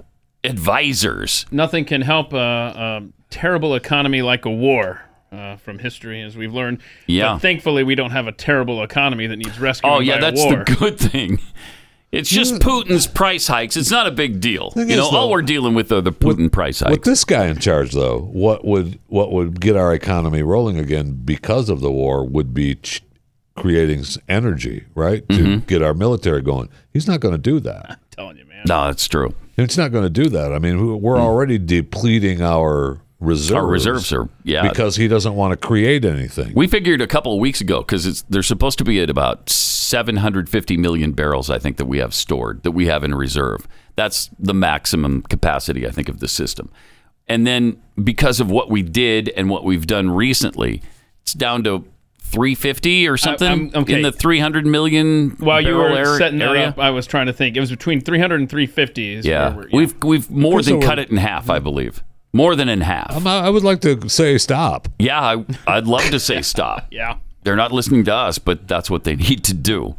S2: advisors.
S3: Nothing can help a, a terrible economy like a war. Uh, from history, as we've learned,
S2: Yeah.
S3: But thankfully, we don't have a terrible economy that needs rescuing.
S2: Oh yeah,
S3: by
S2: that's
S3: a war.
S2: the good thing. It's just Putin's price hikes. It's not a big deal. You
S4: Thing
S2: know,
S4: is, though-
S2: all we're dealing with are the Putin price hikes.
S4: With this guy in charge, though, what would what would get our economy rolling again because of the war would be ch- creating s- energy, right, to
S2: Mm-hmm.
S4: get our military going. He's not going to do that. I'm
S3: telling you, man.
S2: No, that's true.
S4: It's not going to do that. I mean, we- we're already depleting our reserves.
S2: Hmm. Our reserves are- yeah.
S4: because he doesn't want to create anything.
S2: We figured a couple of weeks ago because they're supposed to be at about 750 million barrels, I think, that we have stored, that we have in reserve. That's the maximum capacity, I think, of the system. And then because of what we did and what we've done recently, it's down to 350 or something
S3: I'm- okay.
S2: in the 300 million
S3: While you
S2: barrel
S3: were
S2: ar-
S3: setting that
S2: area.
S3: up, I was trying to think. It was between 300 and 350. Is
S2: yeah.
S3: where we're-
S2: we've we've more
S3: Here's
S2: than
S3: the
S2: cut
S3: word.
S2: it in half, I believe. More than in half.
S4: I'm, I would like to say stop.
S2: Yeah, I, I'd love to say stop.
S3: *laughs* Yeah.
S2: They're not listening to us, but that's what they *laughs* need to do.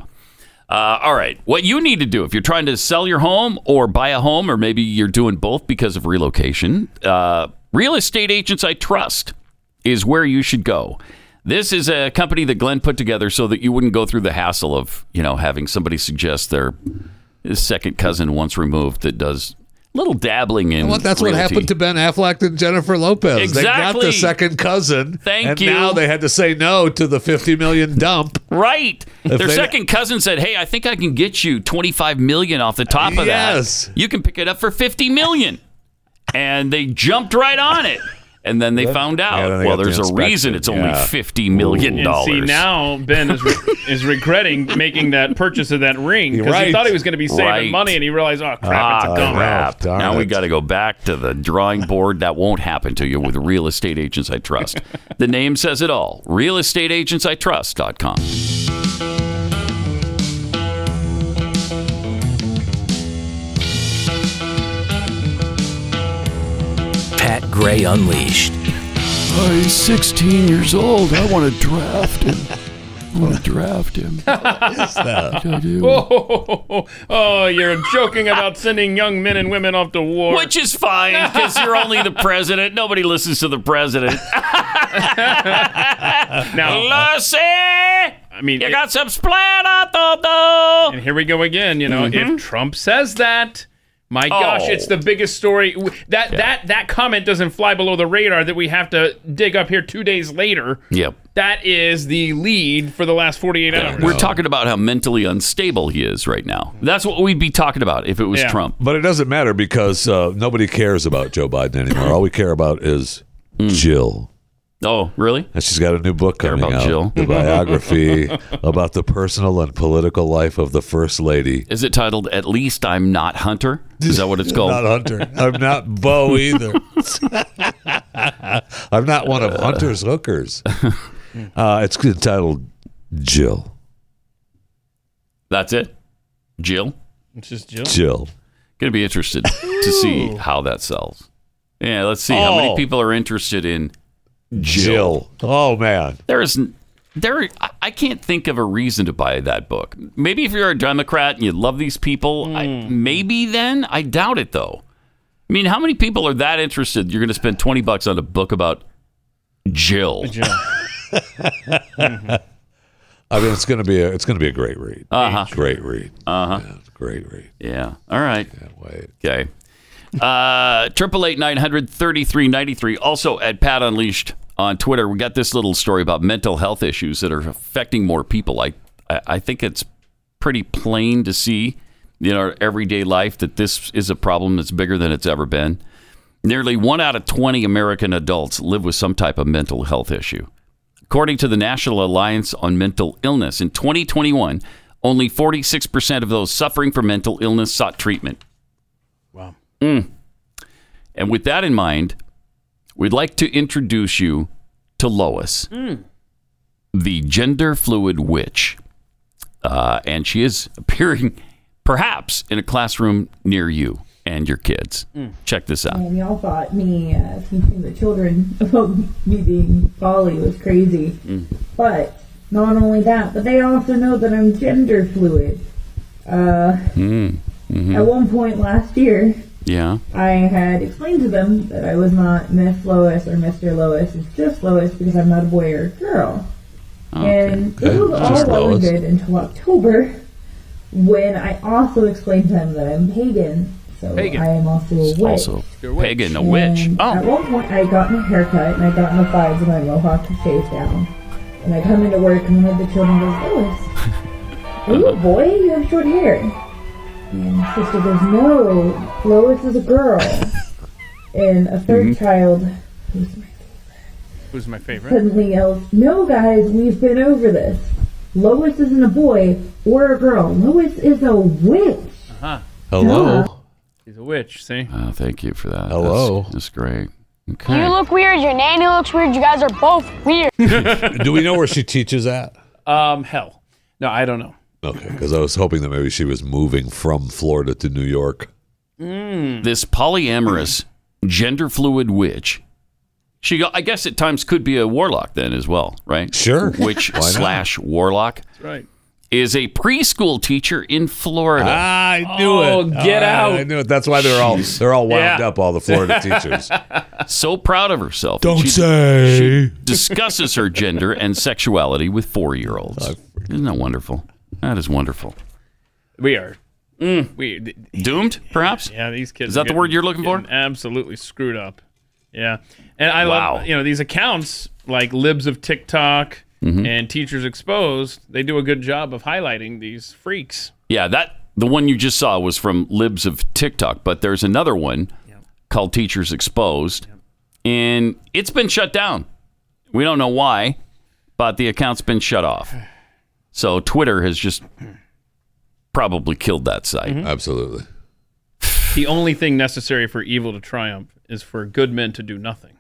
S2: Uh, all right. What you need to do if you're trying to sell your home or buy a home, or maybe you're doing both because of relocation, uh, Real Estate Agents I Trust is where you should go. This is a company that Glenn put together so that you wouldn't go through the hassle of, you know, having somebody suggest their second cousin once removed that does little dabbling in.
S4: Well, that's what
S2: realty.
S4: happened to Ben Affleck and Jennifer Lopez. They got
S2: Exactly.
S4: the second cousin.
S2: Thank
S4: and
S2: you.
S4: now they had to say no to the 50 million
S2: *laughs*
S4: dump.
S2: Right.
S4: If
S2: Their
S4: they-
S2: second cousin said, "Hey, I think I can get you 25 million off the top of
S4: Yes.
S2: that. You can pick it up for 50 million." and they jumped right on it. And then they found out,
S3: then they
S2: well,
S3: got the
S2: there's a
S3: inspection,
S2: reason it's only
S3: yeah.
S2: 50 million
S3: And see,
S2: dollars.
S3: now Ben
S2: *laughs*
S3: is, re- is regretting making that purchase of that ring because
S2: Right.
S3: he thought he was going to be saving
S2: Right.
S3: money and he realized, oh, crap, it's a
S2: Ah,
S3: dump.
S2: crap.
S4: Darn
S2: Now we
S4: it.
S2: got to go back to the drawing board. That won't happen to you with Real Estate Agents I Trust. the name says it all. realestateagentsitrust.com.
S8: Pat Gray Unleashed.
S18: Oh, he's 16 years old. I want to draft him. I want to draft
S2: *laughs*
S18: him. I do.
S3: Whoa. *laughs* Oh, you're joking about sending young men and women off to war.
S2: Which is fine because you're only the president. Nobody listens to the president.
S3: Now-
S2: Lucy, I
S3: Oh, mean,
S2: you
S3: it-
S2: got some splatatoto.
S3: And here we go again. You know,
S2: Mhm.
S3: if Trump says that, my gosh,
S2: Oh.
S3: it's the biggest story. W- That that that comment doesn't fly below the radar that we have to dig up here two days later.
S2: Yep.
S3: That is the lead for the last 48 hours.
S2: We're talking about how mentally unstable he is right now. That's what we'd be talking about if it was Trump.
S4: But it doesn't matter because uh, nobody cares about Joe Biden anymore. All we care about is
S2: Hmm.
S4: Jill.
S2: Oh, really?
S4: And she's got a new book coming
S2: about
S4: out.
S2: Jill?
S4: The
S2: *laughs*
S4: biography about the personal and political life of the First Lady.
S2: Is it titled "At Least I'm Not Hunter"? Is that what it's called?
S4: Not Hunter. I'm not Bo either. *laughs* I'm not one of Hunter's hookers. Uh, it's entitled Jill.
S2: That's it. Jill.
S3: It's just Jill.
S4: Jill.
S2: Gonna be interested to see how that sells. Yeah, let's see how many
S4: Oh.
S2: people are interested in
S4: Jill. Oh man,
S2: there is there. I- I can't think of a reason to buy that book. Maybe if you're a Democrat and you love these people, I, maybe then I doubt it though. I mean, how many people are that interested? You're going to spend twenty bucks on a book about Jill.
S3: Jill.
S4: I mean, it's gonna be a it's gonna be a great read.
S2: Uh-huh.
S4: Great read.
S2: Uh huh.
S4: great read.
S2: Yeah. All right. Okay. Uh, triple eight nine hundred thirty three ninety three. Also at Pat Unleashed on Twitter, we got this little story about mental health issues that are affecting more people. I I I think it's pretty plain to see in our everyday life that this is a problem that's bigger than it's ever been. Nearly one out of 20 American adults live with some type of mental health issue. According to the National Alliance on Mental Illness, in 2021, only 46% of those suffering from mental illness sought treatment.
S3: Wow.
S2: Mm. And with that in mind, we'd like to introduce you to Lois, the gender fluid witch. Uh, and she is *laughs* appearing perhaps in a classroom near you and your kids. Check this out.
S12: And y'all thought me uh, teaching the children *laughs* about me being Polly was crazy. But not only that, but they also know that I'm gender fluid. Uh,
S2: Mm. Mhm.
S12: At one point last year,
S2: Yeah.
S12: I had explained to them that I was not Miss Lois or Mr. Lois, it's just Lois because I'm not a boy or a girl.
S2: Okay.
S12: And it was
S2: Okay. Just
S12: all well and
S2: Lois.
S12: good until October when I also explained to them that I'm pagan, so
S2: Pagan.
S12: I am also a witch.
S2: Also, pagan, a witch.
S4: Mm.
S2: Oh.
S12: And At one point, I got my haircut and I got my fives and my mohawk and shave down. And I come into work and one of the children goes, Lois, are you a boy? You have short hair. And my sister goes, No, Lois is a girl. and a 3rd
S3: Mhm.
S12: child
S3: Who's my favorite?
S12: suddenly yells, No, guys, we've been over this. Lois isn't a boy or a girl. Lois is a witch.
S3: Uh-huh.
S2: Hello.
S3: He's a witch, see?
S2: Oh, thank you for that. Hello. That's, that's great. Okay.
S19: You look weird. Your nanny looks weird. You guys are both weird.
S4: Do we know where she teaches at?
S3: Um, hell. No, I don't know.
S4: Okay, because I was hoping that maybe she was moving from Florida to New York.
S2: This polyamorous, gender fluid witch. She, I guess, at times could be a warlock then as well, right? Sure. Witch
S4: *laughs* Why not?
S2: slash warlock
S3: That's right.
S2: is a preschool teacher in Florida.
S4: I knew it.
S3: Oh,
S4: Ah, I knew it. That's why they're all they're all wound
S2: Yeah.
S4: up. All the Florida teachers.
S2: so proud of herself.
S4: Don't
S2: She-
S4: say.
S2: She *laughs* discusses her gender and sexuality with four year olds.
S4: Oh,
S2: Isn't that wonderful? That is wonderful.
S3: We are. Mm, We
S2: doomed, perhaps.
S3: Yeah, these kids.
S2: Is that
S3: are
S2: the word you're looking for?
S3: getting Absolutely screwed up. Yeah, and I
S2: Wow.
S3: love you know these accounts like libs of TikTok
S2: Mhm.
S3: and Teachers Exposed. They do a good job of highlighting these freaks.
S2: Yeah, that the one you just saw was from Libs of TikTok, but there's another one called Teachers Exposed, and it's been shut down. We don't know why, but the account's been shut off. So Twitter has just probably killed that site.
S4: Mm-hmm. Absolutely.
S3: The only thing necessary for evil to triumph is for good men to do nothing.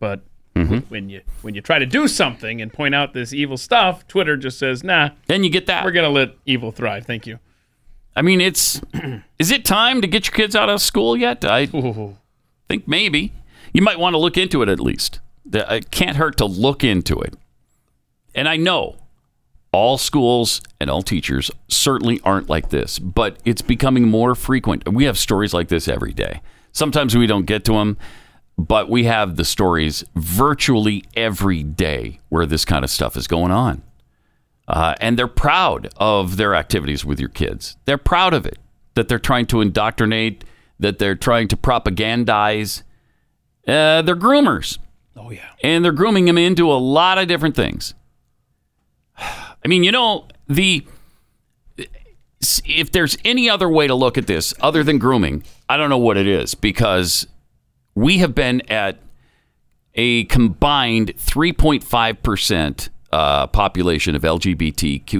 S3: But
S2: Mhm.
S3: when you when you try to do something and point out this evil stuff, Twitter just says, "Nah."
S2: Then you get that.
S3: We're gonna let evil thrive. Thank you.
S2: I mean, it's is it time to get your kids out of school yet? I think maybe you might want to look into it at least. The- It can't hurt to look into it. And I know all schools and all teachers certainly aren't like this, but it's becoming more frequent. We have stories like this every day. Sometimes we don't get to them, but we have the stories virtually every day where this kind of stuff is going on. Uh, and they're proud of their activities with your kids. They're proud of it, that they're trying to indoctrinate, that they're trying to propagandize. Uh, they're groomers. Oh, yeah. And they're grooming them into a lot of different things. *sighs* I mean, you know, the if there's any other way to look at this other than grooming, I don't know what it is because we have been at a combined 3.5% uh, population of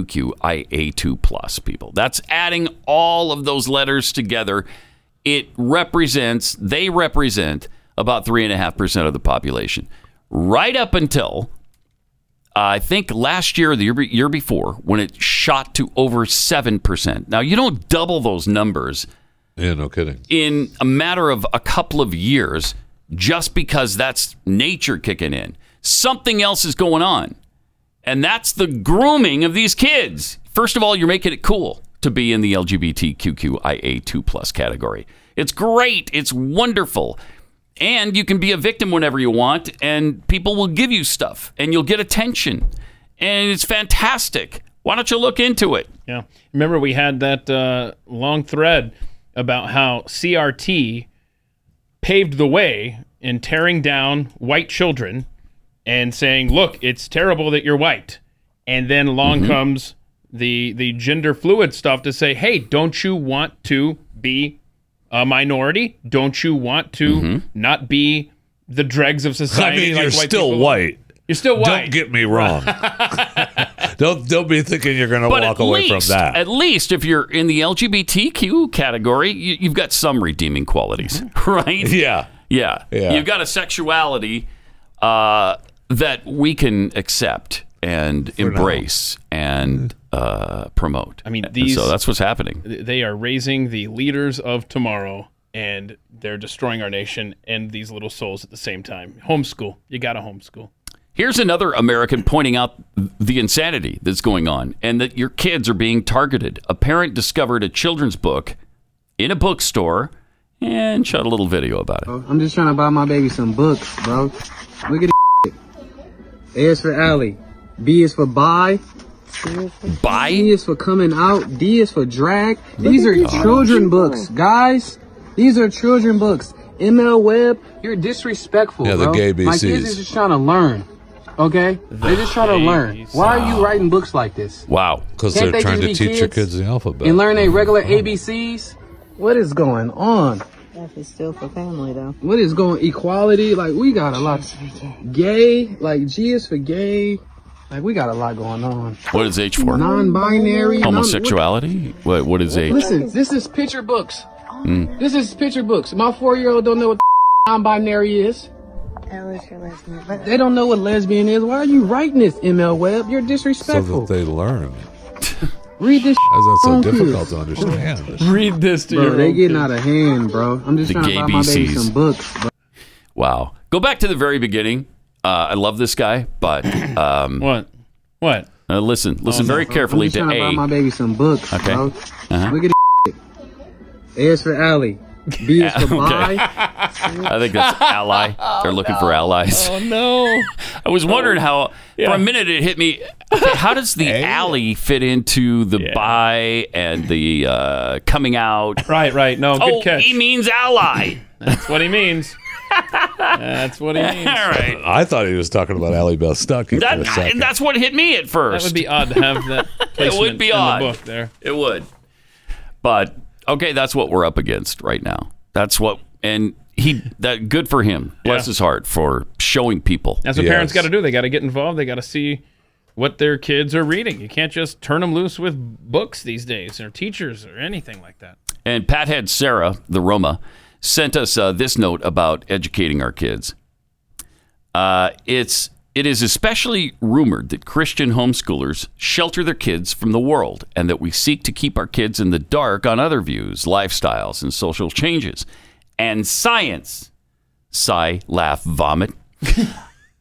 S2: LGBTQIA2 plus people. That's adding all of those letters together. It represents, they represent about 3.5% of the population. Right up until uh, I think last year, or the year, be- year before, when it shot to over 7%. Now, you don't double those numbers.
S4: Yeah, no kidding.
S2: In a matter of a couple of years, just because that's nature kicking in. Something else is going on. And that's the grooming of these kids. First of all, you're making it cool to be in the LGBTQIA2 plus category. It's great. It's wonderful. And you can be a victim whenever you want, and people will give you stuff, and you'll get attention. And it's fantastic. Why don't you look into it?
S3: Yeah. Remember, we had that uh, long thread about how CRT paved the way in tearing down white
S4: Mm-hmm.
S3: children and saying, look, it's terrible that you're white. And then along comes the the gender fluid stuff to say, hey, don't you want to be a minority? Don't you want to not be the dregs of
S4: Mm-hmm. I
S3: society?
S4: mean,
S3: like
S4: you're
S3: white
S4: still
S3: people?
S4: white.
S3: You're still white.
S4: Don't get me wrong. don't don't be thinking you're going to
S2: But
S4: walk
S2: at
S4: away
S2: least,
S4: from that.
S2: at least if you're in the LGBTQ category, you, you've got some redeeming qualities, *laughs* right?
S4: *laughs* Yeah.
S2: yeah,
S4: Yeah.
S2: You've got a sexuality uh, that we can accept and embrace
S4: Mm-hmm.
S2: and uh, promote. I mean,
S3: these-
S2: so that's what's happening.
S3: Th- They are raising the leaders of tomorrow, and they're destroying our nation and these little souls at the same time. Homeschool. You got to homeschool.
S2: Here's another American pointing out the insanity that's going on and that your kids are being targeted. A parent discovered a children's book in a bookstore and shot a little video about it.
S17: I'm just trying to buy my baby some books, bro. Look at this shit. A is for alley. B is for buy.
S2: Buy?
S17: C is for coming out. D is for drag. These
S20: at
S17: are
S20: these little
S17: children
S20: people.
S17: books, guys. These are children books. ML Web, you're disrespectful,
S4: Yeah, the
S17: bro.
S4: gay
S17: My kids
S4: BCs.
S17: is just trying to learn, okay? They're just trying to learn. Why are you writing books like this?
S2: Wow.
S4: Because
S17: Can't
S4: they're
S17: they
S4: trying to
S17: just
S4: teach
S17: be
S4: your
S17: kids
S4: kids the alphabet.
S17: and learn a regular ABCs? What is going on?
S21: Stuff is still for family though.
S17: What is going equality? Like we got a lot. Gay, like G is for gay. Like we got a lot going on.
S2: What is H for?
S17: Non-binary, non-
S2: Homosexuality? What, what is H?
S20: Listen, this is picture books.
S2: Mm.
S20: This is picture books. My four-year-old don't know what *laughs* non-binary is.
S17: They don't know what lesbian is. Why are you writing this, ML Web? You're
S4: so
S17: disrespectful.
S4: that they learn.
S17: *laughs* Read this.
S4: Why is that so
S17: on kids.
S4: difficult to understand?
S3: Read this to
S17: bro,
S3: your
S17: They
S3: own
S17: getting
S3: kids.
S17: out of hand, bro. I'm just
S2: The
S17: trying
S2: gay
S17: to buy my baby
S2: BCs.
S17: some books. Bro.
S2: Wow. Go back to the very beginning. Uh, I love this guy, but. Um,
S3: what? What?
S2: Uh, listen,
S3: Oh,
S2: listen very carefully
S17: I'm just
S2: to
S17: trying to buy my
S2: A.
S17: baby some books,
S2: Okay.
S17: bro.
S2: Uh-huh.
S17: Look at this. shit. A is for alley. B
S2: *laughs*
S17: is for
S2: Okay.
S17: buy.
S2: I think that's
S3: *laughs*
S2: ally. They're looking for allies.
S3: Oh no!
S2: I was wondering how,
S3: Yeah.
S2: for a minute, it hit me. okay, how does
S3: *laughs*
S2: the alley fit into the buy and the uh, coming out?
S3: Right, right. No, good
S2: oh,
S3: catch.
S2: he means ally.
S3: That's what he means. That's what he
S2: *laughs*
S3: means.
S2: All right.
S4: I thought he was talking about Allie Bell Stuckey for a
S2: That,
S4: second.
S2: and that's what hit me at first.
S3: That would be odd to have that.
S2: *laughs* it would
S3: placement
S2: be
S3: in the
S2: odd.
S3: book there.
S2: It would. But okay, that's what we're up against right now. That's what and he that good for him. Bless
S3: Yeah.
S2: his heart for showing people.
S3: That's what parents got to do. They got to get involved. They got to see what their kids are reading. You can't just turn them loose with books these days, or teachers, or anything like that.
S2: And Pathead Sarah, the Roma, sent us uh, this note about educating our kids. Uh, it's it is especially rumored that Christian homeschoolers shelter their kids from the world, and that we seek to keep our kids in the dark on other views, lifestyles, and social changes, and science. Sigh, laugh, vomit. *laughs*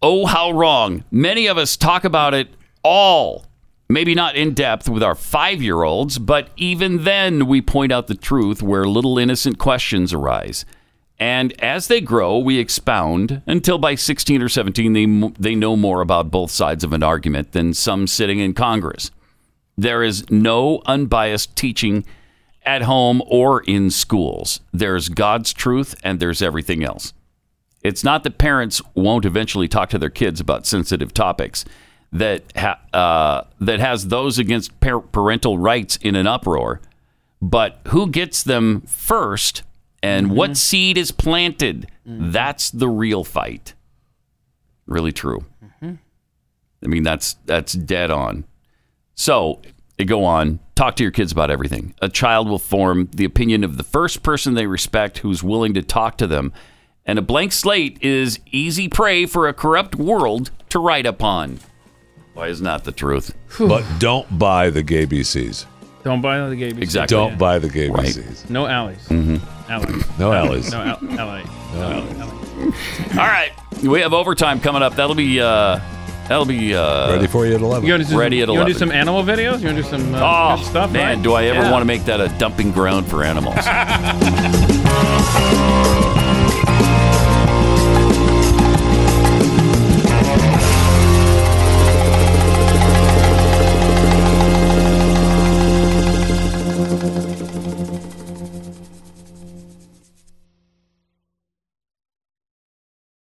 S2: oh, how wrong! Many of us talk about it all. Maybe not in depth with our five year olds, but even then we point out the truth where little innocent questions arise. And as they grow, we expound until by 16 or 17, they, they know more about both sides of an argument than some sitting in Congress. There is no unbiased teaching at home or in schools. There's God's truth and there's everything else. It's not that parents won't eventually talk to their kids about sensitive topics that ha- uh, that has those against par- parental rights in an uproar, but who gets them first and what seed is planted? That's the real fight. Really true. I mean, that's that's dead on. So eh, go on, talk to your kids about everything. A child will form the opinion of the first person they respect who's willing to talk to them. And a blank slate is easy prey for a corrupt world to write upon. Why is not the truth?
S4: but don't buy the gay BCs.
S3: Don't buy the gay BCs.
S2: Exactly.
S4: Don't buy the gay
S2: Right.
S4: BCs.
S3: No alleys.
S2: Mm-hmm.
S3: Alleys.
S4: No alleys.
S3: No al- alley.
S4: No alleys.
S2: *laughs* All right, we have overtime coming up. That'll be uh, that'll be uh,
S4: Ready for you at 11.
S3: You want to do,
S2: Ready at
S3: you wanna do
S2: eleven.
S3: some animal videos? You want to do some uh,
S2: Oh
S3: good stuff?
S2: man,
S3: right?
S2: do I ever
S3: Yeah.
S2: want to make that a dumping ground for animals?